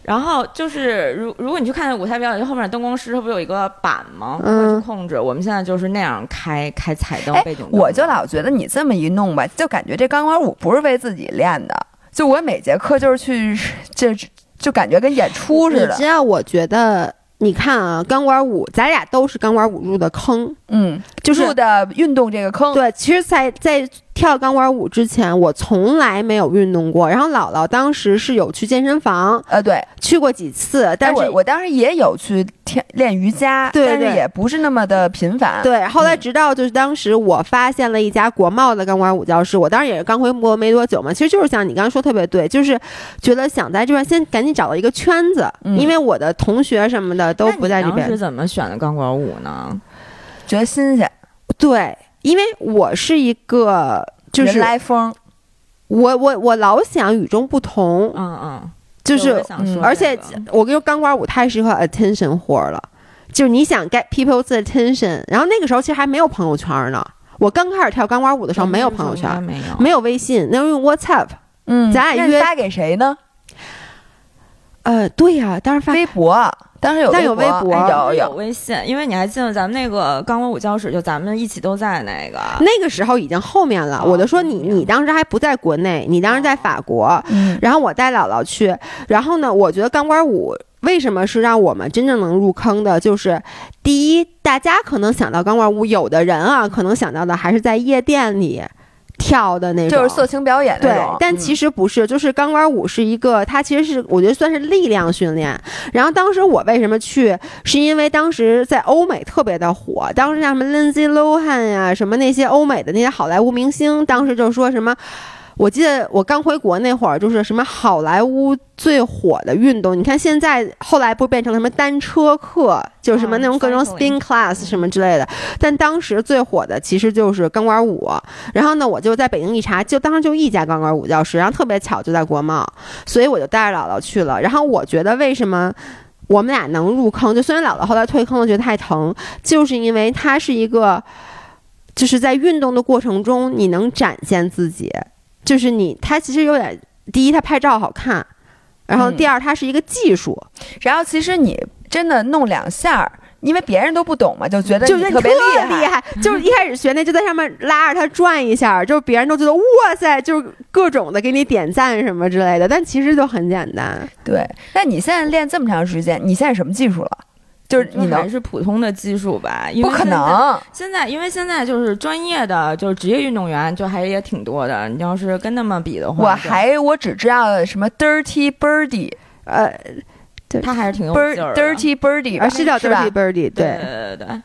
然后就是，如如果你去看舞台表演，后面灯光师他不有一个板吗？会
嗯
去控制。我们现在就是那样开开彩灯
哎
背景灯的。
我就老觉得你这么一弄吧，就感觉这钢管舞不是为自己练的，就我每节课就是去，就就感觉跟演出似
你
的
知。道，我觉得你看啊，钢管舞，咱俩都是钢管舞入的坑，
嗯，
就是
入的运动这个坑，
对，其实在，在跳钢管舞之前，我从来没有运动过。然后姥姥当时是有去健身房
呃，对，
去过几次，但是
我我当时也有去天练瑜伽，
对
但
对
是也不是那么的频繁，
对，后
嗯
来直到就是当时我发现了一家国贸的钢管舞教室，我当时也是刚回国没多久嘛，其实就是像你刚刚说特别对，就是觉得想在这边先赶紧找到一个圈子，
嗯
因为我的同学什么的都不在这
那你当时
边。
怎么选的钢管舞呢？
觉得新鲜，
对，因为我是一个就
人
是
来疯，
我我我老想与众不同，
嗯嗯，
就是
我想说
嗯
这个
而且我跟你说，钢管舞太适合 attention 活儿了，就是你想 get people's attention。然后那个时候其实还没有朋友圈呢，我刚开始跳钢管舞的
哦
时候没有朋友圈，
应该没有
没有微信，那用 WhatsApp。
嗯
咱俩
那你
约
发给谁呢？
呃，对呀、当时发
微博，当时有
但有微
博，
博
哎有
有
有，
微信，因为你还记得咱们那个钢管舞教室，就咱们一起都在那个。
那个时候已经后面了。哦
哦
我就说你，你当时还不在国内，你当时在法国，
嗯
然后我带姥姥去。然后呢，我觉得钢管舞为什么是让我们真正能入坑的，就是第一，大家可能想到钢管舞，有的人啊，可能想到的还是在夜店里跳的那种，
就是色情表演那
对
种，，嗯
但其实不是，就是钢管舞是一个，它其实是我觉得算是力量训练。然后当时我为什么去，是因为当时在欧美特别的火，当时像什么 Lindsay Lohan 呀、什么那些欧美的那些好莱坞明星，当时就说什么。我记得我刚回国那会儿，就是什么好莱坞最火的运动，你看现在后来不是变成了什么单车课，就是什么
嗯
那种各种
cycling
spin class 什么之类的，但当时最火的其实就是钢管舞。然后呢，我就在北京一查，就当时就一家钢管舞教室，然后特别巧就在国贸，所以我就带着姥姥去了。然后我觉得为什么？我们俩能入坑，就虽然姥姥后来退坑了，觉得太疼，就是因为它是一个，就是在运动的过程中，你能展现自己，就是你，它其实有点，第一，它拍照好看，然后
嗯
第二，它是一个技术，
然后其实你真的弄两下儿，因为别人都不懂嘛，就觉得
就
你
是
特别
厉
害。
就是一开始学那就在上面拉着它转一下，就是别人都觉得哇塞，就是各种的给你点赞什么之类的，但其实就很简单。
对，那你现在练这么长时间，你现在什么技术了？就是你
还
能？
是普通的技术吧？因为
不可
现在
能，
现在因为现在就是专业的，就是职业运动员，就还也挺多的。你要是跟他们比的话，
我
就
还我只知道什么 dirty birdie
呃，
他还是挺有劲
bird
儿啊的。
dirty birdie 吧
而啊是叫
是吧
Dirty Birdy，对，
对对对对，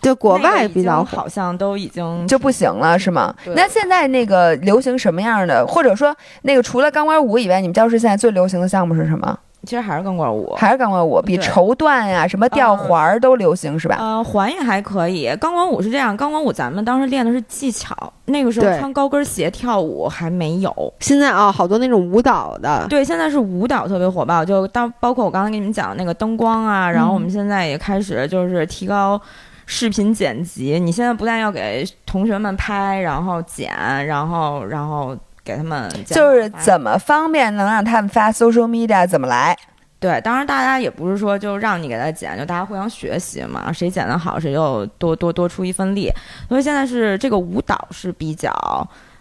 就国
那
外
个已
比
经
较火。
好像都已经
就不行了是吗
对？
那现在那个流行什么样的，或者说那个除了钢管舞以外，你们教室现在最流行的项目是什么？
其实还是钢管舞。
还是钢管舞，比
对嗯
绸缎呀、什么吊环儿都流行是吧？
呃，环也还可以。钢管舞是这样，钢管舞咱们当时练的是技巧，那个时候
对
穿高跟鞋跳舞还没有。
现在啊、好多那种舞蹈的，
对，现在是舞蹈特别火爆，就当包括我刚刚给你们讲的那个灯光啊，然后
嗯
我们现在也开始就是提高视频剪辑。你现在不但要给同学们拍，然后剪，然后然后给他们剪
就是
发
怎么方便能让他们发 social media 怎么来？
对，当然大家也不是说就让你给他剪，就大家互相学习嘛，谁剪得好谁就多多多出一份力。所以现在是这个舞蹈是比较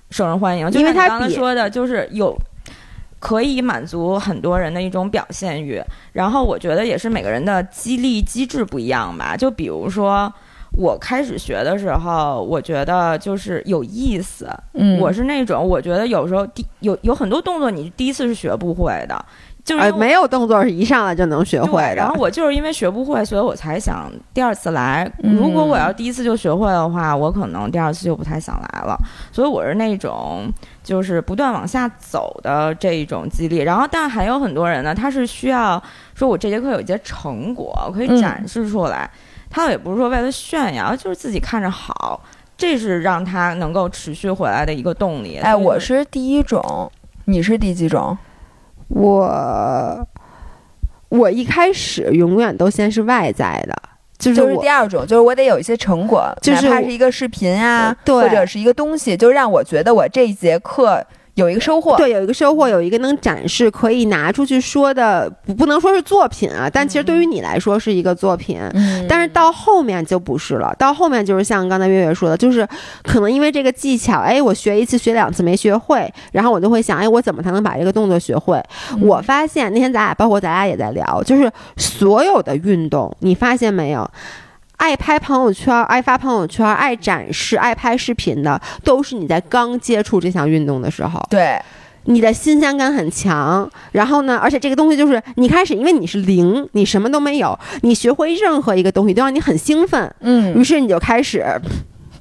受人欢迎，就
因为
像
它
你刚才
比
说的，就是有。可以满足很多人的一种表现欲，然后我觉得也是每个人的激励机制不一样吧。就比如说，我开始学的时候，我觉得就是有意思，
嗯
我是那种我觉得有时候第有有很多动作你第一次是学不会的，就是因
呃，
为我
没有动作是一上来就能学
对，
会的。
然后我就是因为学不会，所以我才想第二次来。如果我要第一次就学会的话，我可能第二次就不太想来了。所以我是那种就是不断往下走的这一种激励。然后，但还有很多人呢，他是需要说我这节课有一些成果，我可以展示出来。他倒也不是说为了炫耀，就是自己看着好。这是让他能够持续回来的一个动力。
哎，
所以
我是第一种，你是第几种？
我我一开始永远都先是外在的，就是
就是
我
第二种，就是我得有一些成果，
就是
哪怕
我
是一个视频啊，
对
或者是一个东西，就让我觉得我这一节课有一个收获。
对，有一个收获，有一个能展示、可以拿出去说的，不不能说是作品啊，但其实
嗯
对于你来说是一个作品。
嗯，
但是到后面就不是了，到后面就是像刚才月月说的，就是可能因为这个技巧，哎，我学一次、学两次没学会，然后我就会想，哎，我怎么才能把这个动作学会？我发现那天咱俩，包括咱俩也在聊，就是所有的运动，你发现没有？爱拍朋友圈、爱发朋友圈、爱展示、爱拍视频的，都是你在刚接触这项运动的时候。
对，
你的新鲜感很强，然后呢，而且这个东西就是你开始，因为你是零，你什么都没有，你学会任何一个东西都让你很兴奋，
嗯，
于是你就开始。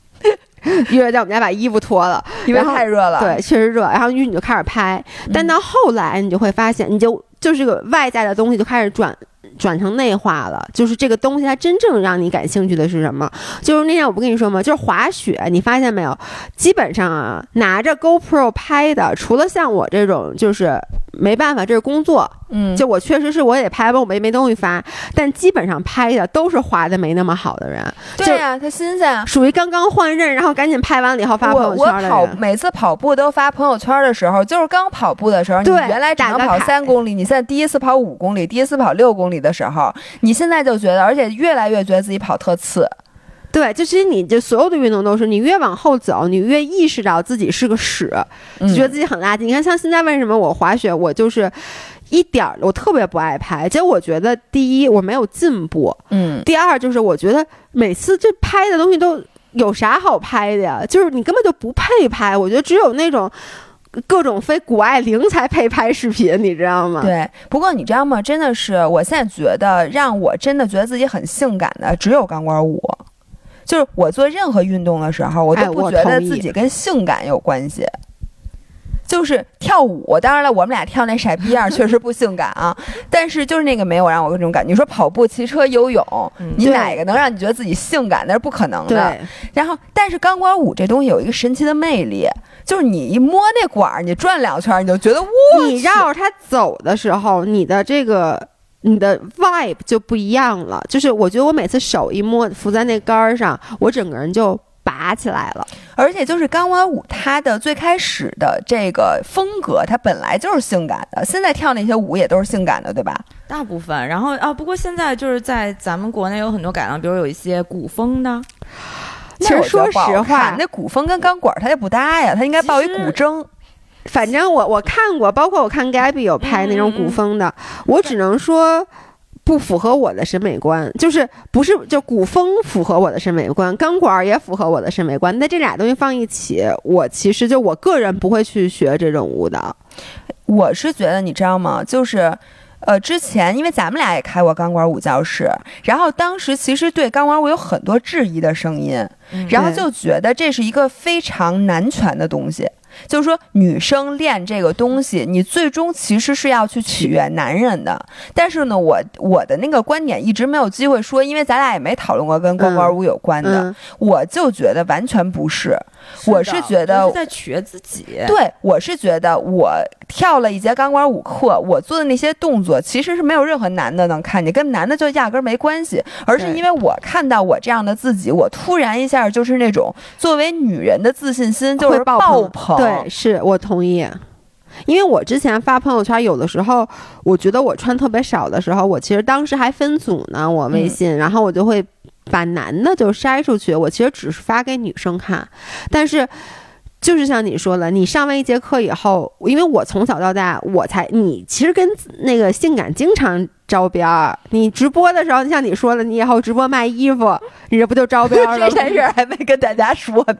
月月在我们家把衣服脱了，
因为
然后
太热了，
对，确实热，然后于是你就开始拍，
嗯
但到后来你就会发现，你就就是这个外在的东西就开始转。转成内化了，就是这个东西它真正让你感兴趣的是什么？就是那天我不跟你说吗？就是滑雪，你发现没有？基本上啊，拿着 GoPro 拍的，除了像我这种，就是没办法，这是工作，
嗯，
就我确实是我也拍吧，我没没东西发，但基本上拍的都是滑的没那么好的人，
对呀、它新鲜啊。
属于刚刚换刃，然后赶紧拍完了以后发朋
我
友
我
圈的人。
跑每次跑步都发朋友圈的时候，就是刚跑步的时候，你
对
原来只
打个
能跑
卡
三公里，你现在第一次跑五公里，第一次跑六公里的时候，你现在就觉得，而且越来越觉得自己跑特次，
对，就其实你就所有的运动都是，你越往后走，你越意识到自己是个屎，
嗯
就觉得自己很垃圾。你看，像现在为什么我滑雪，我就是一点儿，我特别不爱拍。结果我觉得，第一我没有进步，
嗯，
第二就是我觉得每次这拍的东西都有啥好拍的呀？就是你根本就不配拍。我觉得只有那种各种非谷爱凌才配拍视频，你知道吗？
对。不过你知道吗？真的是，我现在觉得让我真的觉得自己很性感的，只有钢管舞。就是我做任何运动的时候，我
哎
都不
我
觉得
同意
自己跟性感有关系。就是跳舞，当然了，我们俩跳那傻逼样儿确实不性感啊， 但是就是那个没有让我有这种感觉。你说跑步、骑车、游泳，
嗯
你
对
哪个能让你觉得自己性感？那是不可能
对
的。然后，但是钢管舞这东西有一个神奇的魅力，就是你一摸那管儿，你转两圈儿，你就觉得
你绕着它走的时候，你的这个你的 vibe 就不一样了。就是我觉得我每次手一摸扶在那杆儿上，我整个人就拔起来了。
而且就是钢管舞，它的最开始的这个风格，它本来就是性感的，现在跳那些舞也都是性感的，对吧？
大部分。然后啊，不过现在就是在咱们国内有很多改良，比如有一些古风的，
其实
那我觉得
说
不好
实话
看那古风跟钢管它也不搭呀，它应该报一古筝。
反正我我看过，包括我看 Gabby 有拍那种
嗯
古风的，我只能说。不符合我的审美观，就是不是就古风符合我的审美观，钢管儿也符合我的审美观。那这俩东西放一起，我其实就我个人不会去学这种舞蹈。
我是觉得，你知道吗？就是。呃，之前因为咱们俩也开过钢管舞教室，然后当时其实对钢管舞有很多质疑的声音，
嗯
然后
对
就觉得这是一个非常男权的东西，就是说女生练这个东西，你最终其实是要去取悦男人的。但是呢，我我的那个观点一直没有机会说，因为咱俩也没讨论过跟钢管舞有关的，
嗯，
我就觉得完全不是。
的
我是觉得
我是在取悦自己。
对，我是觉得我跳了一节钢管舞课，我做的那些动作其实是没有任何男的能看见，跟男的就压根儿没关系，而是
对
因为我看到我这样的自己，我突然一下就是那种作为女人的自信心就
会
是
爆
爆
棚 对，，是我同意。因为我之前发朋友圈，有的时候我觉得我穿特别少的时候，我其实当时还分组呢，我
嗯
微信，然后我就会把男的就筛出去，我其实只是发给女生看，但是。就是像你说了，你上完一节课以后，因为我从小到大，我才你其实跟那个性感经常招边儿。你直播的时候，像你说的，你以后直播卖衣服，你这不就招边儿了
这
吗？
件事儿还没跟大家说呢。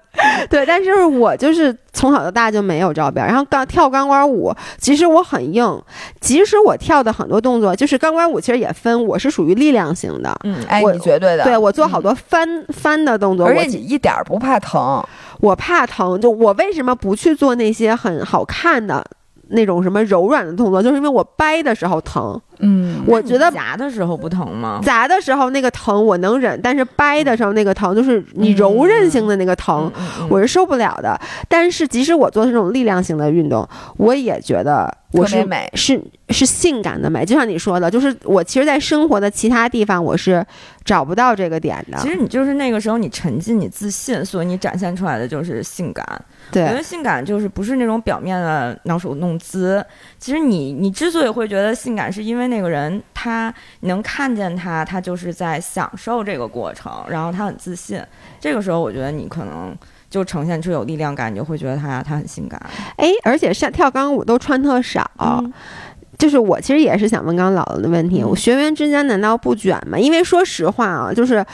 对，但是我就是从小到大就没有照片儿。然后钢跳钢管舞，其实我很硬，即使我跳的很多动作，就是钢管舞其实也分，我是属于力量型的，
嗯，
哎，
我
你绝对的，
对我做好多翻、翻的动作，
而
我
且你一点儿不怕疼，
我怕疼，就我为什么不去做那些很好看的那种什么柔软的动作，就是因为我掰的时候疼，
嗯，
我觉得
那你夹的时候不疼吗？
砸的时候那个疼我能忍，但是掰的时候那个疼，就是你柔韧性的那个疼，
嗯，嗯
我是受不了的。但是即使我做这种力量型的运动，我也觉得我
特
是
别美
是是性感的美，就像你说的，就是我其实，在生活的其他地方我是找不到这个点的
其。实你就是那个时候你沉浸你自信，所以你展现出来的就是性感。我觉
对
得性感就是不是那种表面的搔首弄姿。其实你你之所以会觉得性感，是因为那个人他你能看见他，他就是在享受这个过程，然后他很自信。这个时候，我觉得你可能就呈现出有力量感，你就会觉得他他很性感。
哎，而且上跳钢舞都穿特少，就是我其实也是想问刚刚姥姥的问题，
嗯
我学员之间难道不卷吗？因为说实话啊，就是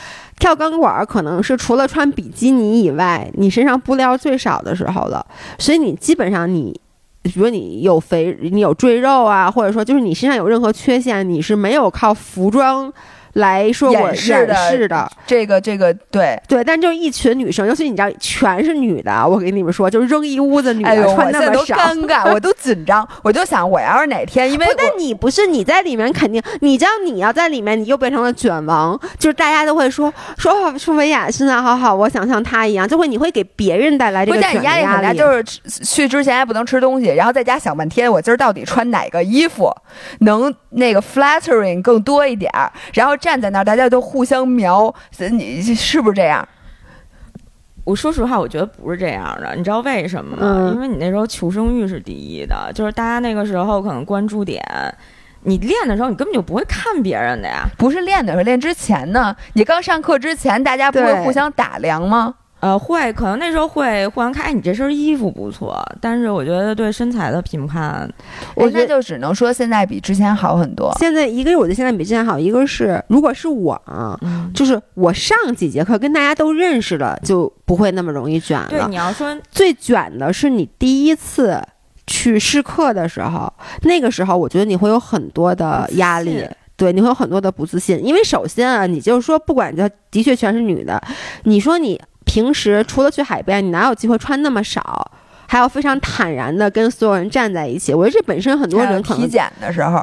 跳钢管儿可能是除了穿比基尼以外，你身上布料最少的时候了，所以你基本上你。比如你有肥，你有赘肉啊，或者说就是你身上有任何缺陷，你是没有靠服装来说我
掩饰的
掩饰的。
这个这个对。
对，但就是一群女生，尤其你知道全是女的，我跟你们说，就是扔一屋子女的、
哎呦，我
穿
现在
那么
都
少，
尴尬，我都紧张，我就想，我要是哪天，因为
不，
我
但你不是你在里面肯定，你知道你要在里面，你又变成了卷王，就是大家都会说说哦，说维亚身材好好，我想像她一样，就会你会给别人带来这
关
个
键
卷
你压力很大，
力
就是吃去之前还不能吃东西，然后在家想半天，我今儿到底穿哪个衣服能那个 flattering 更多一点儿，然后站在那儿，大家都互相瞄，你是不是这样？
我说实话，我觉得不是这样的，你知道为什么吗？
嗯
因为你那时候求生欲是第一的，就是大家那个时候可能关注点，你练的时候你根本就不会看别人的呀。
不是练的时候，练之前呢，你刚上课之前，大家不会
对
互相打量吗？
呃，会，可能那时候会互相看，哎，你这身衣服不错，但是我觉得对身材的评判，
我
哎
觉
那
得。
就只能说现在比之前好很多。
现在一个是我觉得现在比之前好，一个是如果是我啊，
嗯，
就是我上几节课跟大家都认识了，就不会那么容易卷
对，
了。
你要说
最卷的是你第一次去试课的时候，那个时候我觉得你会有很多的压
不自
力
信。
对，你会有很多的不自信，因为首先啊，你就是说，不管这的确全是女的，你说你平时除了去海边，你哪有机会穿那么少，还要非常坦然的跟所有人站在一起？我觉得这本身很多
还 有
人可
体
能
检的时候，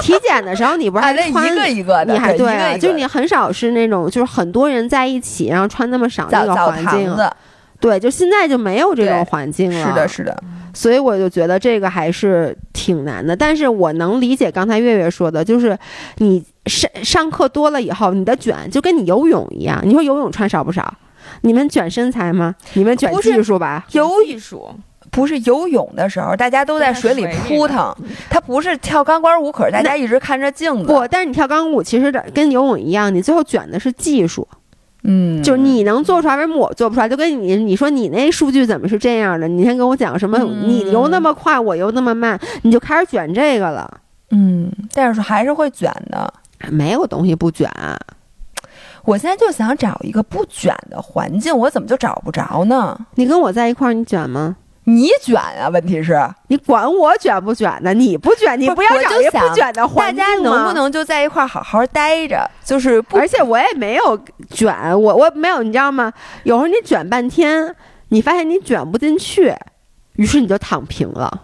体检的时候，你不是还
啊，那
穿
一个一个的，
你还
对
对
一
啊，
个一个
就是你很少是那种就是很多人在一起，然后穿那么少那
澡
个
澡
环
堂
境，啊
子，
对，就现在就没有这
对
种环境了。
是的，是的，
所以我就觉得这个还是挺难的，但是我能理解刚才月月说的，就是你上上课多了以后，你的卷就跟你游泳一样，你说游泳穿少不少？你们卷身材吗？你们卷
不是
技术吧？
游
艺术，
不是游泳的时候，大家都在水里扑腾，他不是跳钢管舞，可是大家一直看着镜子。
不，但是你跳钢舞其实的跟游泳一样，你最后卷的是技术，
嗯，
就是你能做出来，为什么我做不出来？就跟你你说你那数据怎么是这样的？你先跟我讲什么？
嗯
你游那么快，我游那么慢，你就开始卷这个了。
嗯，但是还是会卷的。
没有东西不卷，啊
我现在就想找一个不卷的环境，我怎么就找不着呢？
你跟我在一块儿，你卷吗？
你卷啊？问题是
你管我卷不卷呢？你不卷，你
不
不要
我
找
就
一个
想
不卷的
大
环境
家能不
吗？
能就在一块儿好好待着？就是不
而且我也没有卷，我我没有，你知道吗？有时候你卷半天，你发现你卷不进去，于是你就躺平了，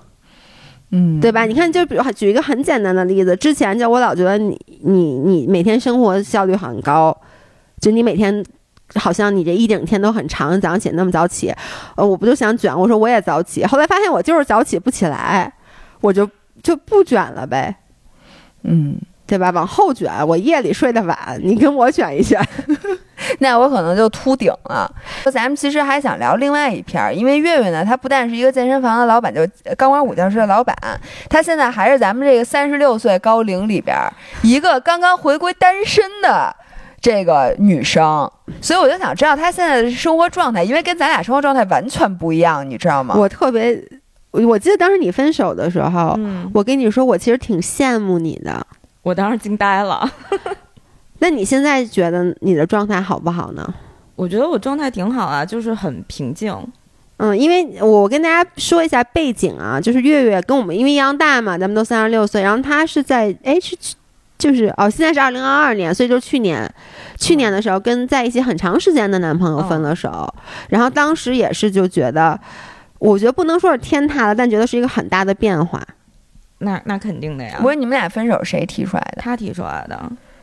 嗯，
对吧？你看，就比如举一个很简单的例子，之前就我老觉得你你你每天生活效率很高，就你每天。好像你这一整天都很长，早上起那么早起，呃，我不就想卷？我说我也早起，后来发现我就是早起不起来，我就就不卷了呗。
嗯，
对吧？往后卷，我夜里睡得晚，你跟我卷一卷。
那我可能就秃顶了。咱们其实还想聊另外一篇儿，因为月月呢，她不但是一个健身房的老板，就钢管舞教室的老板，她现在还是咱们这个三十六岁高龄里边儿一个刚刚回归单身的这个女生。所以我就想知道她现在的生活状态，因为跟咱俩生活状态完全不一样，你知道吗？
我特别，我我记得当时你分手的时候，
嗯，
我跟你说，我其实挺羡慕你的。
我当时惊呆了，
那你现在觉得你的状态好不好呢？
我觉得我状态挺好啊，就是很平静，
嗯，因为我跟大家说一下背景啊，就是月月跟我们因为一样大嘛，咱们都三十六岁，然后她是在哎是就是哦，现在是二零二二年，所以就是去年，去年的时候跟在一起很长时间的男朋友分了手，然后当时也是就觉得，我觉得不能说是天塌了，但觉得是一个很大的变化。
那那肯定的呀
不。过你们俩分手谁提出来的？
他提出来的，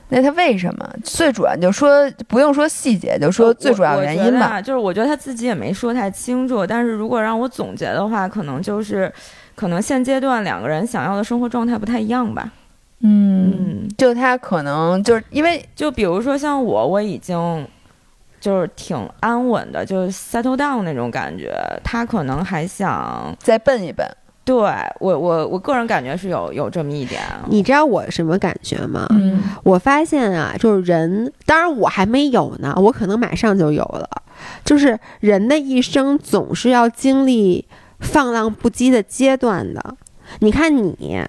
那他为什么？最主要你就说不用说细节，就说最主要原因吧。嗯
吧，就是哦我觉得他啊自己也没说太清楚，但是如果让我总结的话，可能就是，可能现阶段两个人想要的生活状态不太一样吧。
嗯，
嗯，
就他可能就是因为
就比如说像我，我已经就是挺安稳的，就是 settle down 那种感觉，他可能还想
再笨一笨，
对我我我个人感觉是有有这么一点，啊
你知道我什么感觉吗？
嗯，
我发现啊，就是人，当然我还没有呢，我可能马上就有了。就是人的一生总是要经历放浪不羁的阶段的。你看你，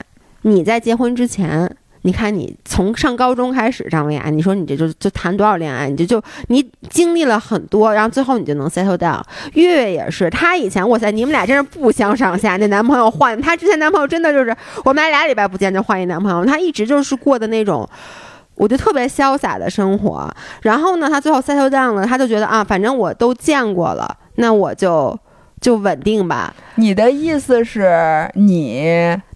你在结婚之前，你看你从上高中开始谈恋爱，你说你这就就谈多少恋爱，你这就你经历了很多，然后最后你就能 settle down。月月也是，她以前哇塞，你们俩真是不相上下。那男朋友换，她之前男朋友真的就是我们俩俩礼拜不见就换一男朋友，她一直就是过的那种。我就特别潇洒的生活，然后呢，她最后 settle down 了，她就觉得啊，反正我都见过了，那我就就稳定吧。
你的意思是你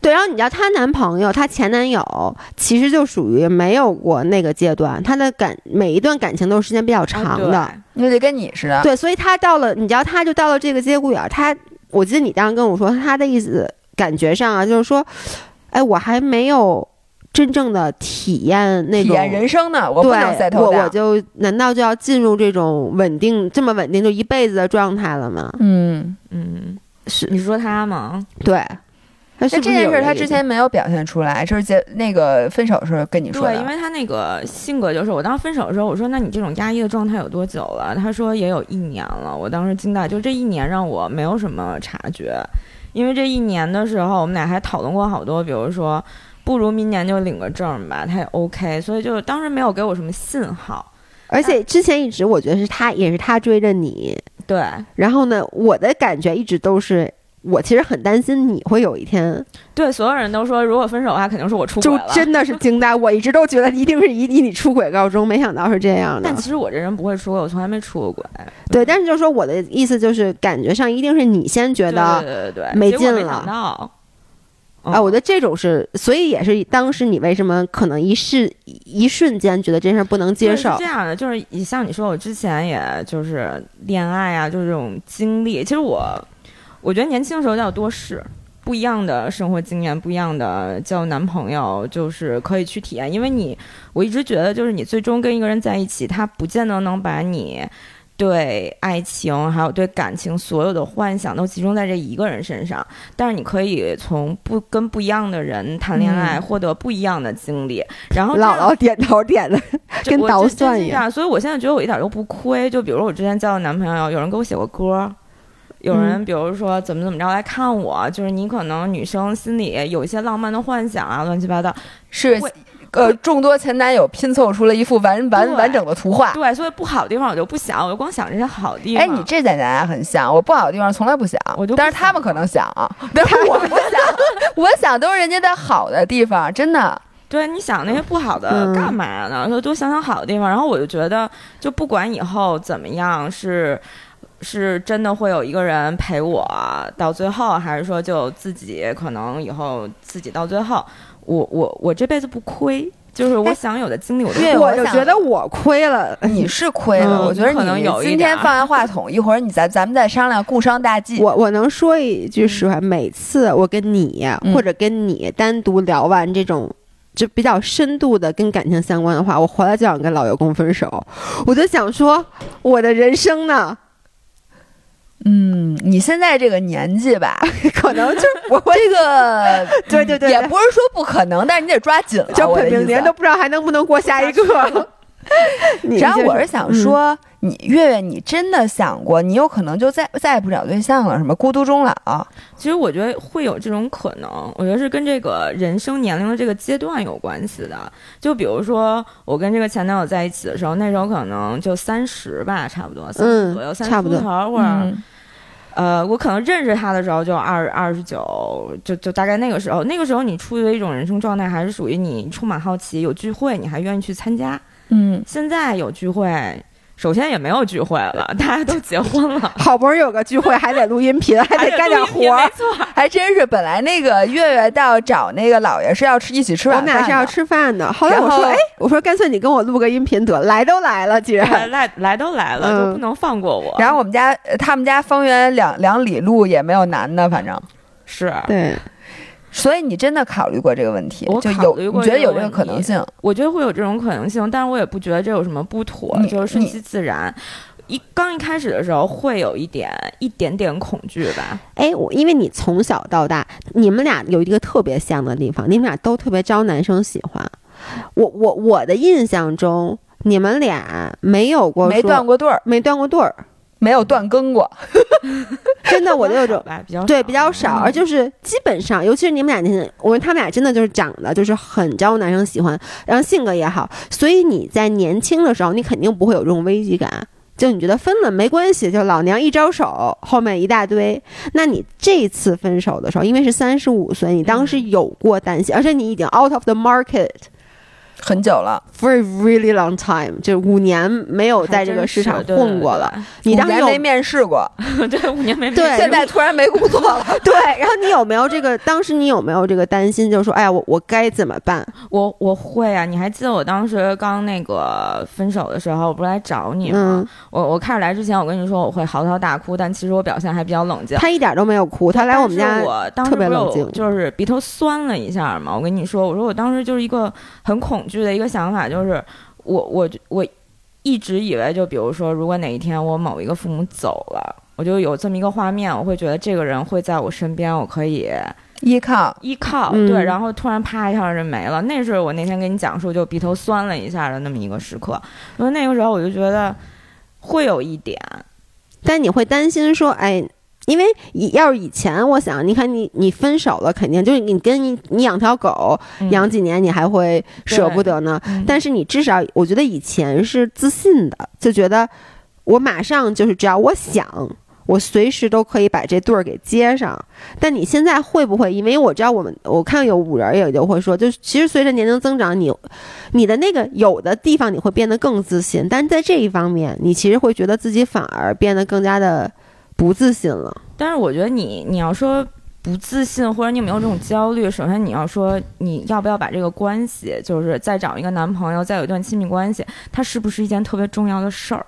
对，然后你知道她男朋友，她前男友其实就属于没有过那个阶段，她的感每一段感情都是时间比较长的，
啊
那就跟你似的，
对，所以他到了，你知道，他就到了这个节骨眼儿。他，我记得你当时跟我说，他的意思感觉上啊，就是说，哎，我还没有真正的体验那
体
种
验人生呢，我
对，
不能再
我
头
我
大。
就难道就要进入这种稳定这么稳定就一辈子的状态了吗？
嗯，
嗯，是你说他吗？
对，那是
那
不是
这件
有
事
这
他
个
之
意思
前没有表现出来，就是结那个分手的时候跟你说
对，因
的。
为他那个性格就是，我当时分手的时候，我说那你这种压抑的状态有多久了？他说也有一年了。我当时惊呆，就这一年让我没有什么察觉，因为这一年的时候，我们俩还讨论过好多，比如说不如明年就领个证吧，他也 OK，所以就当时没有给我什么信号。
而且之前一直我觉得是他，也是他追着你。
对，
然后呢，我的感觉一直都是，我其实很担心你会有一天
对，所有人都说，如果分手的话，肯定是我出轨
就
了。
真的是惊呆！我一直都觉得一定是以以你出轨告终，没想到是这样的
但。其实我这人不会出轨，我从来没出过轨。
对，但是就是说我的意思就是，感觉上一定是你先觉
对
得啊、
对对对，
没
结果
劲
没
了哎
想到。
啊我觉
嗯
得这种是，所以也是当时你为什么可能一瞬一瞬间觉得这事儿不能接
对是
受
这，样的，就是以像你说，我之前也就是恋爱啊，就是这种经历。其实我，我觉得年轻的时候要多试，不一样的生活经验，不一样的交男朋友，就是可以去体验。因为你，我一直觉得，就是你最终跟一个人在一起，他不见得能把你。对爱情，还有对感情，所有的幻想都集中在这一个人身上。但是你可以从不跟不一样的人谈恋爱，
嗯
获得不一样的经历。然后这样
姥姥点头点的，
这
跟
我
捣
真真
蒜
是
一
这
样
样。所以我现在觉得我一点都不亏。就比如我之前交的男朋友，有人给我写过歌，有人
嗯
比如说怎么怎么着来看我，就是你可能女生心里有一些浪漫的幻想啊，乱七八糟。
是
我
呃，众多前男友拼凑出了一幅完完
对
完整的图画。
对，所以不好的地方我就不想，我就光想这些好地方。
哎，你这点咱俩很像，我不好的地方从来不想，
我就不
但是他们可能想， 但是我不想，我想都是人家的好的地方，真的。
对，你想那些不好的
嗯
干嘛呢？就多想想好的地方。然后我就觉得，就不管以后怎么样，是是真的会有一个人陪我到最后，还是说就自己可能以后自己到最后，我我我这辈子不亏，就是我
哎
想有的经历我 都
对
我
我
就
想
觉得我亏了。
你是亏了，
嗯
我觉得
可能有
你
一
今
点
天
儿
放下话筒，一会儿你咱咱们再商量共商大计。
我我能说一句实话，每次我跟你啊
嗯
或者跟你单独聊完这种。就比较深度的跟感情相关的话，我回来就想跟老员工分手，我就想说，我的人生呢，
嗯，你现在这个年纪吧，
可能就
我这个
对 对对
也不是说不可能，但是你得抓紧了。
就
啊我的
本
意
命年
思
都不知道还能不能过下一个了。 你
然后
就是
我是想说，你月月，你真的想过，你有可能就再再也不找对象了，什么孤独终老、啊
其实我觉得会有这种可能，我觉得是跟这个人生年龄的这个阶段有关系的。就比如说，我跟这个前男友在一起的时候，那时候可能就三十吧，差不多三十左右，三
嗯差
十
不
出
多，
头儿，或者、
嗯，
呃，我可能认识他的时候就二二十九，就就大概那个时候，那个时候你处于的一种人生状态，还是属于你充满好奇，有聚会你还愿意去参加。
嗯，
现在有聚会，首先也没有聚会了，大家都结婚了
好不容易有个聚会，还得录音 频，还
还
得干点活
没
儿。
错。
还真是，本来那个月月到找那个姥爷是要吃一起吃
我
晚
们
饭的，
俩是要吃饭的。后来我
然
说，
后
哎，我说干脆你跟我录个音频得，来都来了，既
来
然
来来都来了，
哎嗯
就不能放过我。
然后我们家呃他们家方圆两两里路也没有男的，反正。
是
对，
所以你真的考虑过这个问题，
我
就
考
有
虑过
你觉得
这个
有这个
问
可能
题
性？
我觉得会有这种可能性，但是我也不觉得这有什么不妥
你，
就是顺
你
其自然。一刚一开始的时候会有一点一点点恐惧吧，
哎，我因为你从小到大，你们俩有一个特别像的地方，你们俩都特别招男生喜欢。我我我的印象中，你们俩没有过
没
说
断过对儿，
没断过对儿，
没有断更过，
真的，我就有
比较
种
少吧，比较
对
少
比较少，
嗯
而就是基本上，尤其是你们俩年轻，我觉得他们俩真的就是长得就是很招男生喜欢，然后性格也好，所以你在年轻的时候，你肯定不会有这种危机感。就你觉得分了没关系，就老娘一招手，后面一大堆。那你这次分手的时候，因为是三十五岁，你当
嗯
时有过担心，而且你已经 out of the market
很久了，
for a really long time，就是五年没有
还
在这
真
个市
是
场
对
混过了。你
五
当时
年
有
没面试过，
对 对五年没
对
面试
现在突然没工作了，
对，然后你有没有这个？当时你有没有这个担心？就是说，哎呀，我我该怎么 办？
我我会啊，你还记得我当时刚那个分手的时候，我不是来找你吗？
嗯，
我我开始来之前，我跟你说我会嚎啕大哭，但其实我表现还比较冷静。
他一点都没有哭，他啊来我们
但
家
是，我当时
特别
不是
冷
有
静
就是鼻头酸了一下嘛。我跟你说，我说我当时就是一个很恐惧的一个想法，就是我我我一直以为，就比如说，如果哪一天我某一个父母走了，我就有这么一个画面，我会觉得这个人会在我身边，我可以
依靠。
依靠，
嗯
对，然后突然啪一下就没了。那是我那天给你讲述，就鼻头酸了一下的那么一个时刻。因为那个时候我就觉得会有一点，
但你会担心说，哎。因为以要是以前，我想，你看你你分手了，肯定就是你跟你你养条狗
嗯
养几年，你还会舍不得呢。
嗯
但是你至少，我觉得以前是自信的，就觉得我马上就是只要我想，我随时都可以把这对儿给接上。但你现在会不会？因为我知道我们，我看有五人也就会说，就是其实随着年龄增长，你你的那个有的地方你会变得更自信，但是在这一方面，你其实会觉得自己反而变得更加的不自信了。
但是我觉得你你要说不自信，或者你有没有这种焦虑，首先你要说你要不要把这个关系，就是再找一个男朋友，再有一段亲密关系，它是不是一件特别重要的事儿？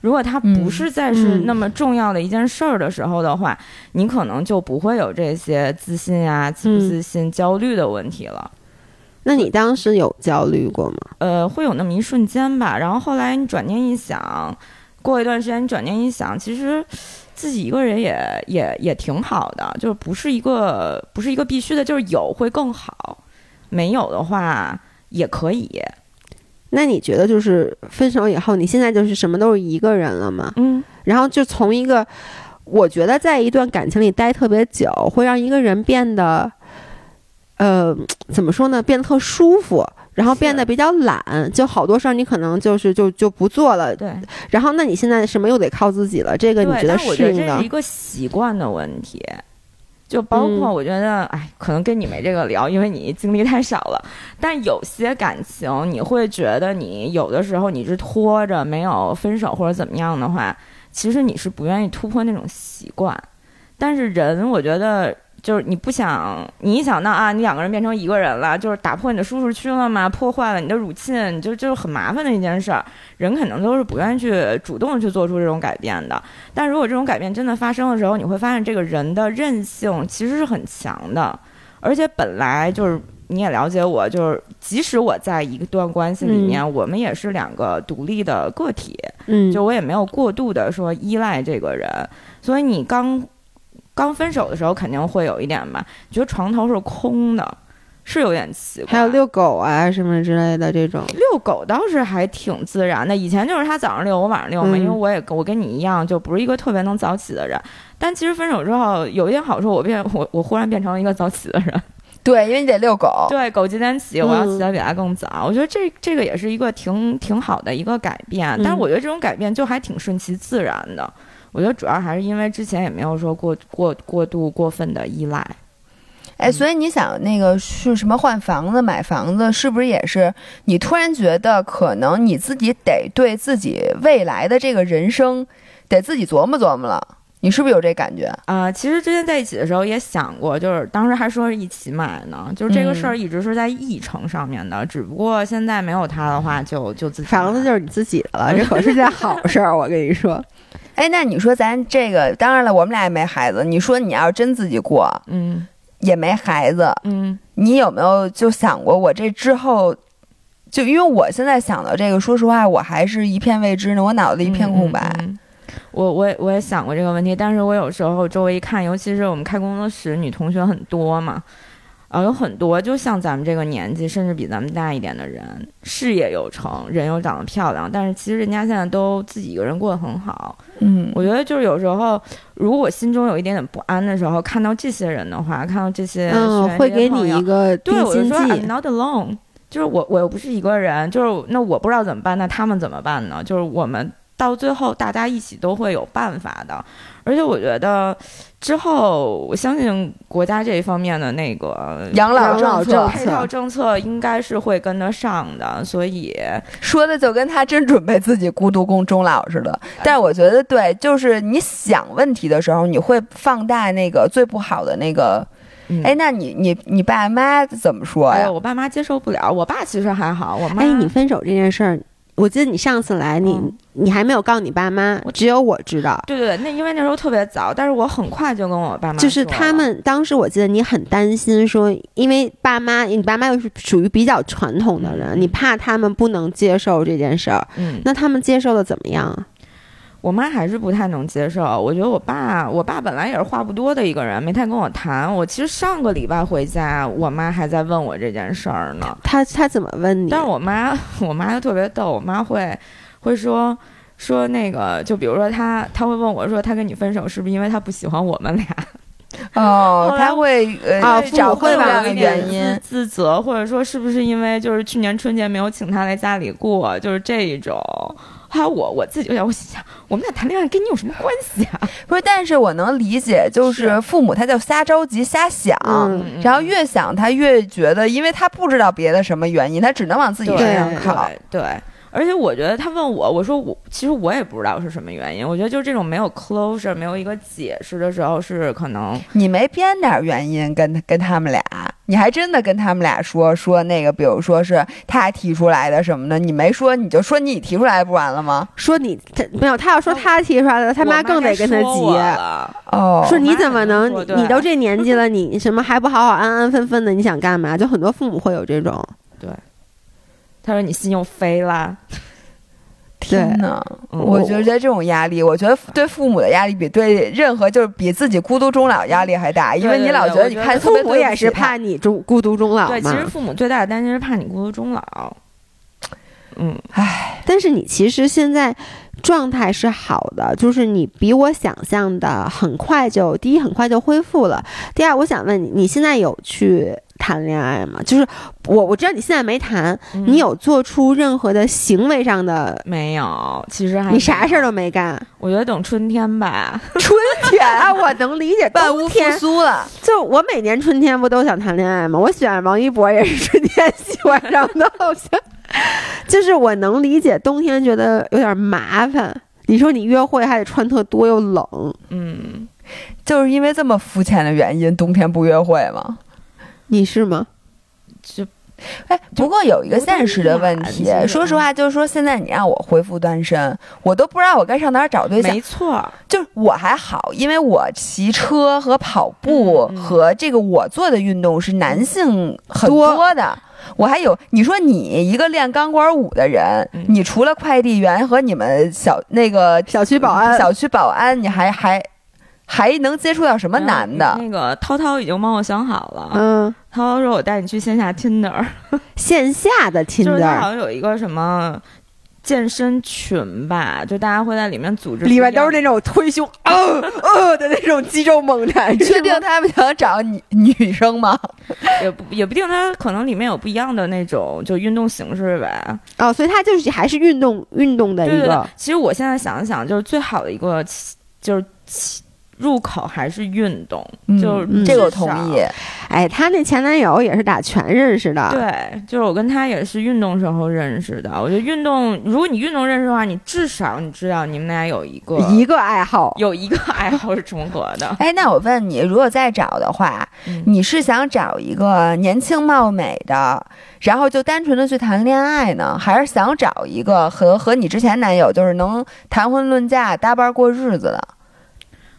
如果它不是再是
嗯
那么重要的一件事儿的时候的话，你可能就不会有这些自信啊、自不自信、焦虑的问题了。
那你当时有焦虑过吗？
呃，会有那么一瞬间吧。然后后来你转念一想，过一段时间你转念一想，其实自己一个人也也也挺好的，就是不是一个不是一个必须的，就是有会更好，没有的话也可以。
那你觉得就是分手以后，你现在就是什么都是一个人了吗？
嗯，
然后就从一个，我觉得在一段感情里待特别久，会让一个人变得，呃，怎么说呢，变得特舒服，然后变得比较懒，就好多事儿你可能就是就就不做了。
对
然后那你现在什么又得靠自己了，这个
对，
你觉得
但我觉
适
得
应
这
的
是一？个习惯的问题。就包括
嗯
我觉得，哎、可能跟你没这个聊，因为你经历太少了。但有些感情，你会觉得你有的时候你是拖着没有分手或者怎么样的话，其实你是不愿意突破那种习惯。但是人，我觉得就是你不想，你一想到啊，你两个人变成一个人了，就是打破你的舒适区了嘛，破坏了你的乳沁，就就是很麻烦的一件事儿。人肯定都是不愿意去主动去做出这种改变的。但如果这种改变真的发生的时候，你会发现这个人的韧性其实是很强的，而且本来就是。你也了解我，就是即使我在一段关系里面，我们也是两个独立的个体，
嗯，
就我也没有过度的说依赖这个人，所以你刚刚分手的时候肯定会有一点吧，觉得床头是空的，是有点奇怪。
还有遛狗啊什么之类的这种，
遛狗倒是还挺自然的，以前就是他早上遛，我晚上遛嘛，
嗯
因为我也我跟你一样，就不是一个特别能早起的人。但其实分手之后有一点好处，我变我我忽然变成了一个早起的 人，
对，因为你得遛狗。
对，狗几点起，我要
嗯
起得比他更早。我觉得这这个也是一个挺挺好的一个改变，但
嗯
是我觉得这种改变就还挺顺其自然的。我觉得主要还是因为之前也没有说过过过度过分的依赖，
哎，所以你想那个是什么换房子、买房子，是不是也是你突然觉得可能你自己得对自己未来的这个人生得自己琢磨琢磨了？你是不是有这感觉？
啊、其实之前在一起的时候也想过，就是当时还说是一起买呢，就是这个
嗯
事儿一直是在议程上面的，只不过现在没有他的话就，就自己
房子
买
就是你自己的了，这可是件好事儿，我跟你 说。
哎，那你说咱这个，当然了，我们俩也没孩子。你说你要是真自己过，
嗯
也没孩子，
嗯
你有没有就想过我这之后？就因为我现在想到这个，说实话，我还是一片未知呢，我脑子一片空白。
嗯嗯嗯我我也我也想过这个问题，但是我有时候周围一看，尤其是我们开工作室女同学很多嘛，啊、有很多就像咱们这个年纪，甚至比咱们大一点的人，事业有成，人又长得漂亮，但是其实人家现在都自己一个人过得很好。
嗯
我觉得就是有时候，如果我心中有一点点不安的时候，看到这些人的话，看到这些学
嗯，
员
会
这
给
些啊朋
你
友
一个定
对，我就
心
说哎 I'm
剂。
not alone，就是我我又不是一个人，就是那我不知道怎么办，那他们怎么办呢？就是我们到最后大家一起都会有办法的，而且我觉得之后我相信国家这一方面的那个
养老
养老
政策
政
配套政策应该是会跟得上的，所以
说的就跟他真准备自己孤独终终老似的。但是我觉得对，就是你想问题的时候，你会放大那个最不好的那个。
嗯
哎，那你你你爸妈怎么说
哎
呀
呦，？我爸妈接受不了，我爸其实还好，我妈
哎，你分手这件事儿，我记得你上次来，你、
嗯
你还没有告你爸妈
我，
只有我知道。
对对对，那因为那时候特别早，但是我很快就跟我爸妈
就是
说了
他们当时，我记得你很担心说，因为爸妈，你爸妈又是属于比较传统的人，
嗯
你怕他们不能接受这件事儿。
嗯。
那他们接受的怎么样啊？
我妈还是不太能接受。我觉得我爸，我爸本来也是话不多的一个人，没太跟我谈。我其实上个礼拜回家，我妈还在问我这件事儿呢。
他他怎么问你？
但是我妈，我妈就特别逗，我妈会会说说那个，就比如说她，她会问我说，她跟你分手是不是因为她不喜欢我们俩？
哦
后，来
他会
啊
呃
父母
找各
会
种各
吧
样
有
的
一
原因
点。自自责，或者说是不是因为就是去年春节没有请她来家里过，就是这一种。还有我我自己就哎想，我心想，我们俩谈恋爱跟你有什么关系啊？
不是，但是我能理解，就是
是
父母他就瞎着急、瞎想，
嗯
然后越想他越觉得，因为他不知道别的什么原因，他只能往自己
对
身上靠。
对。对而且我觉得他问我，我说我其实我也不知道是什么原因。我觉得就是这种没有 closure、没有一个解释的时候，是可能
你没编点儿原因跟跟他们俩，你还真的跟他们俩说说那个，比如说是他提出来的什么的，你没说你就说你提出来不完了吗？
说你他没有，他要说他提出来的，他
我妈
更得跟他
该说我
急。
了
哦，
说
我
你
妈
怎么
肯定
能
说
你
对
你都这年纪了，你什么还不好好安安分分的？你想干嘛？就很多父母会有这种，
他说你心又飞了。
天呐，
嗯
我觉得这种压力，我觉得对父母的压力比对任何就是比自己孤独终老压力还大，因为你
对对
老觉
对
得
我
你
觉得
看特
父
别
母
对不
也是
起他
怕你终孤独终老
对，其实
嘛。
父母最大的担心是怕你孤独终老。嗯，
但是你其实现在状态是好的，就是你比我想象的很快就第一很快就恢复了，第二我想问你，你现在有去谈恋爱吗？就是我我知道你现在没谈，
嗯
你有做出任何的行为上的，
没有？其实还
你啥事儿
都，
都没 干。
我觉得等春天吧。
春天
啊，我能理解，
万
冬
物复
天
苏了，
就我每年春天不都想谈恋爱吗？我喜欢王一博也是春天喜欢上的，好像 就是我能理解冬天觉得有点麻烦。你说你约会还得穿特多又冷，
嗯，
就是因为这么肤浅的原因，冬天不约会吗？
你是吗？
就
哎，不过有一个现实的问
不
题
太，暖
说实话，就是说现在你让我恢复单身，我都不知道我该上哪儿找对象
没。错儿。
就是我还好，因为我骑车和跑步
嗯嗯
和这个我做的运动是男性很多的。我还有，你说你一个练钢管舞的人，
嗯
你除了快递员和你们小那个
小区保
嗯
安，
小区保安，你还还还能接触到什么
然后
男的？
那个涛涛已经帮我想好了。
嗯，
涛涛说：“我带你去线下 Tinder。”
线下的
就是它好
Tinder
像有一个什么健身群吧，就大家会在里面组织不一
里
样，
面都是那种推胸呃呃的那种肌肉猛男，
嗯
你确定他们想找女女生吗？
也不也不定，它可能里面有不一样的那种就运动形式呗。
哦，所以他就是还是运动运动的
对
一
对对
个，
其实我现在想一想，就是最好的一个就是。入口还是运动，
嗯
就是
嗯
这个我
至少
同意。。
哎，她那前男友也是打拳认识的，
对，就是我跟他也是运动时候认识的。我觉得运动，如果你运动认识的话，你至少你知道你们俩有一个
一个爱好。
有一个爱好是重合的
哎，那我问你，如果再找的话，
嗯
你是想找一个年轻貌美的，然后就单纯的去谈恋爱呢，还是想找一个和和你之前男友就是能谈婚论嫁、搭伴过日子的，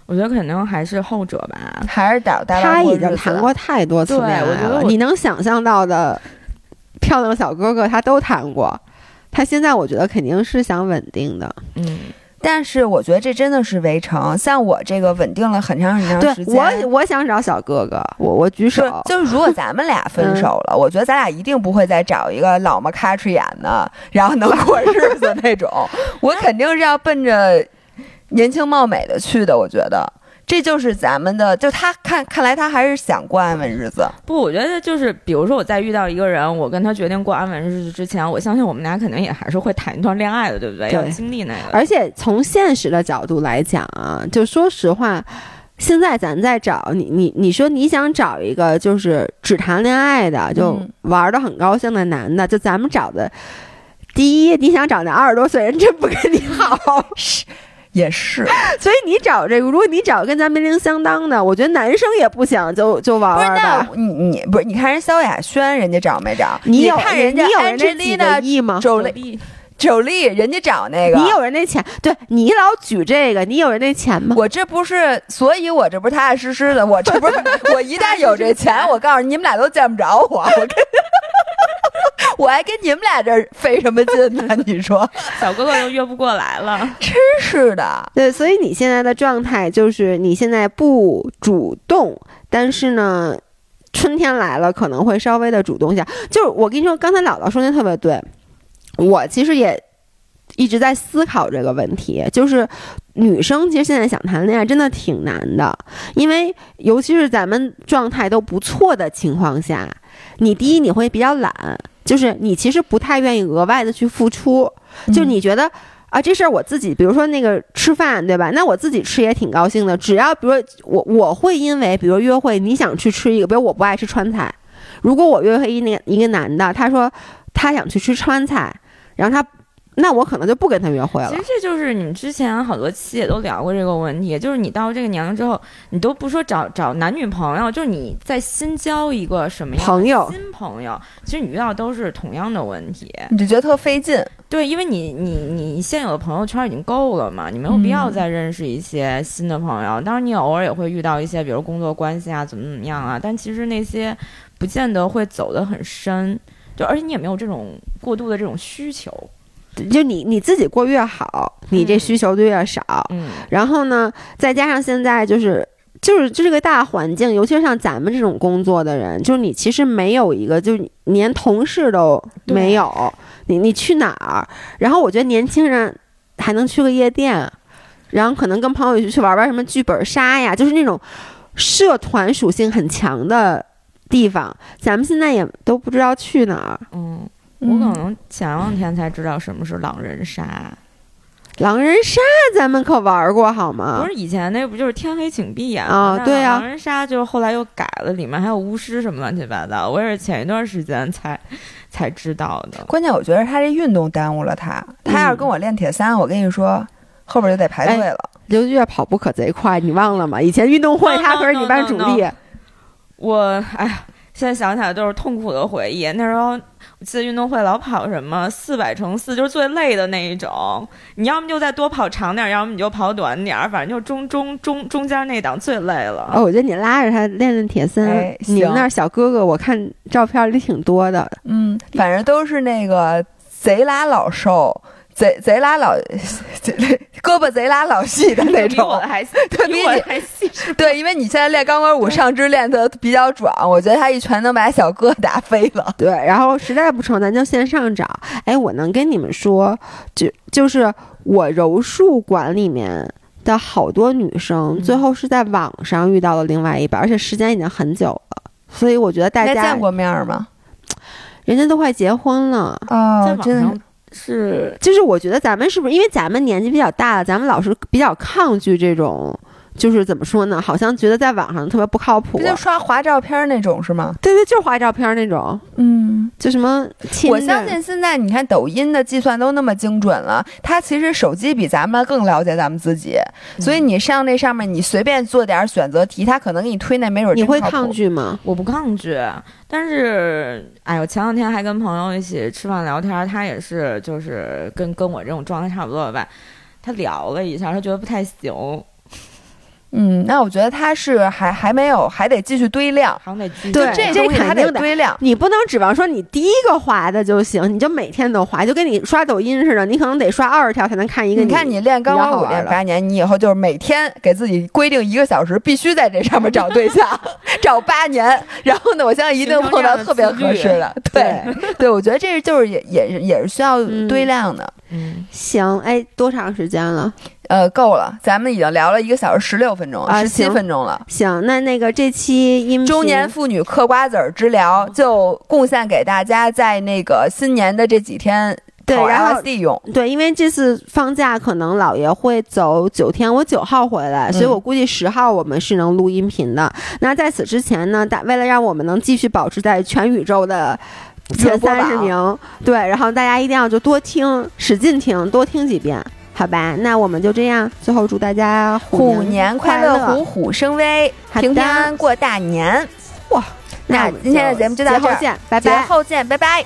我觉得可能还是后者吧。
还是找搭
她
伴过
已
日子
经
的？
谈过太多次
对
恋爱
我觉得
了，
我
你能想象到的漂亮小哥哥她都谈过。她现在我觉得肯定是想稳定的，
嗯，
但是我觉得这真的是围城。像我这个稳定了很长很长
对
时间，
我我想找小哥哥，我我举手
就，就是如果咱们俩分手 了，我觉得咱俩一定不会再找一个老么咔哧眼的， 然后能过日子 那种。我肯定是要奔着年轻貌美的去的。我觉得这就是咱们的，就他看看来他还是想过安稳日子。
不，我觉得就是，比如说我再遇到一个人，我跟他决定过安稳日子之前，我相信我们俩肯定也还是会谈一段恋爱的，对不对？
对
要经历那个。
而且从现实的角度来讲啊，就说实话，现在咱在找你，你你说你想找一个就是只谈恋爱的，就
嗯
玩的很高兴的男的，就咱们找的。第一，你想找那二十多岁人，真不跟你好，
是，也是，
所以你找这个，如果你找跟咱年龄相当的，我觉得男生也不想就就玩
不是
玩
那
吧。
你你不是你看人萧亚轩，人家找没找？
你有
看人家
你有人家几个
Angelina
亿吗？
有
Jolie
利
Jolie，人家找那个
你有人那钱？对你老举这个，你有人那钱 吗？
我这不是，所以我这不是踏踏实实的，我这 不是，我一旦有这钱，我告诉你你们俩都见不着我，我 跟，我还跟你们俩这儿费什么劲呢？你说，
小哥哥又约不过来了。
真是的，
对，所以你现在的状态就是你现在不主动，但是呢，春天来了可能会稍微的主动一下。就是我跟你说，刚才姥姥说的特别对，我其实也一直在思考这个问题，就是女生其实现在想谈恋爱真的挺难的，因为尤其是咱们状态都不错的情况下，你第一你会比较懒，就是你其实不太愿意额外的去付出，
嗯
嗯
就你觉得。啊，这事儿我自己，比如说那个吃饭，对吧？那我自己吃也挺高兴的。只要比如说我我会因为，比如约会，你想去吃一个，比如我不爱吃川菜，如果我约会一那一个男的，他说他想去吃川菜，然后他那我可能就不跟他约会了
其实。这就是你们之前好多期也都聊过这个问题，就是你到这个年龄之后，你都不说找找男女朋友，就是你在新交一个什么样的
朋友
新朋友，其实你遇到都是同样的问题。
你就觉得特费劲，
对，因为你你你现有的朋友圈已经够了嘛，你没有必要
嗯
再认识一些新的朋友。当然，你偶尔也会遇到一些，比如工作关系啊，怎么怎么样啊，但其实那些不见得会走得很深，就而且你也没有这种过度的这种需求。
就你你自己过越好，你这
嗯
需求就越少。
嗯，
然后呢，再加上现在就是就是就这个大环境，尤其是像咱们这种工作的人，就是你其实没有一个，就是你连同事都没有，你你去哪儿？然后我觉得年轻人还能去个夜店，然后可能跟朋友一起去玩玩什么剧本杀呀，就是那种社团属性很强的地方，咱们现在也都不知道去哪儿。
嗯，我可能前两天才知道什么是狼人杀，
狼人杀咱们可玩过好吗？
不是以前那不就是天黑请闭眼
啊
吗？那
对啊
狼人杀就是后来又改了，里面还有巫师什么乱七八糟，我也是前一段时间才才知道的。
关键我觉得他这运动耽误了他，他要是跟我练铁三，我跟你说，后边就得排队了。
刘月跑步可贼快，你忘了吗？以前运动会
No,
她可是你班主
no, no,
力
no, 我哎呀，现在想起来都是痛苦的回忆。那时候我记得运动会老跑什么四百乘四，就是最累的那一种。你要么就再多跑长点儿，要么你就跑短点儿，反正就中中中中间那档最累了。
哦，我觉得你拉着他练练铁三，
哎
你们
行
那儿小哥哥，我看照片里挺多的。
嗯，反正都是那个贼拉老瘦。贼贼拉老， 贼胳膊贼拉老细的 那
比我
种
的，还细
对
比
比
我
你
的还细致。
对，因为你现在练钢管舞，上肢练得比较壮，我觉得他一拳能把小哥打飞了。
对，然后实在不成，咱就线上找。哎，我能跟你们说，就就是我柔术馆里面的好多女
嗯
生，最后是在网上遇到了另外一半，而且时间已经很久了。所以我觉得大
那
家
见，过面儿吗？
人家都快结婚了，
在
哦，
网
真的
上
是，
是
就是我觉得咱们是不是因为咱们年纪比较大了，咱们老是比较抗拒这种就是怎么说呢，好像觉得在网上特别不靠谱啊
不。啊就刷滑照片儿那种是吗？
对对，就是滑照片那种，
嗯，
就什么亲
我
的
相信现在你看抖音的计算都那么精准了，它其实手机比咱们更了解咱们自己，嗯所以你上那上面你随便做点选择题，它可能给你推那没准儿
你
真
会
靠谱
抗。拒吗？
我不抗拒，但是，哎，我前两天还跟朋友一起吃饭聊天，他也是，就是跟跟我这种状态差不多吧。他聊了一下，他觉得不太行，
嗯，那我觉得它是还还没有，还得继续堆量。
好像得拒绝。
对
就这
这
东西
肯
还得
定的
堆量。
你不能指望说你第一个滑的就行，你就每天都滑，就跟你刷抖音似的，你可能得刷二十条才能看一个
你看你练钢
比较
管
好
舞
玩
练
了
八年，你以后就是每天给自己规定一个小时，必须在这上面找 对象，找八年。然后呢，我相信一定
形成
碰
这
到
样的
特别
自律
合适 的。对，对，我觉得这就是也也是也是需要
嗯
堆量的。
嗯，
行，哎，多长时间了？
呃，够了，咱们已经聊了一个小时十六分钟，
啊
十七
行嗯
分钟了。
行，那那个这期音频
中年妇女嗑瓜子儿之
嗯
聊就贡献给大家，在那个新年的这几天
对，
考
然后
LSD 用。
对，因为这次放假可能姥爷会走九天，我九号回来，所以
嗯
我估计十号我们是能录音频的。那在此之前呢，大为了让我们能继续保持在全宇宙的。前
热播
三
榜
十名，对，然后大家一定要就多听，使劲听，多听几遍，好吧？那我们就这样，最后祝大家
虎
年
年快
乐，
乐，虎虎生威，
好的
平平安安过大年。
那
那
我们
今天的节目就到
节后
这儿
见，拜
节
拜。
后见，拜拜。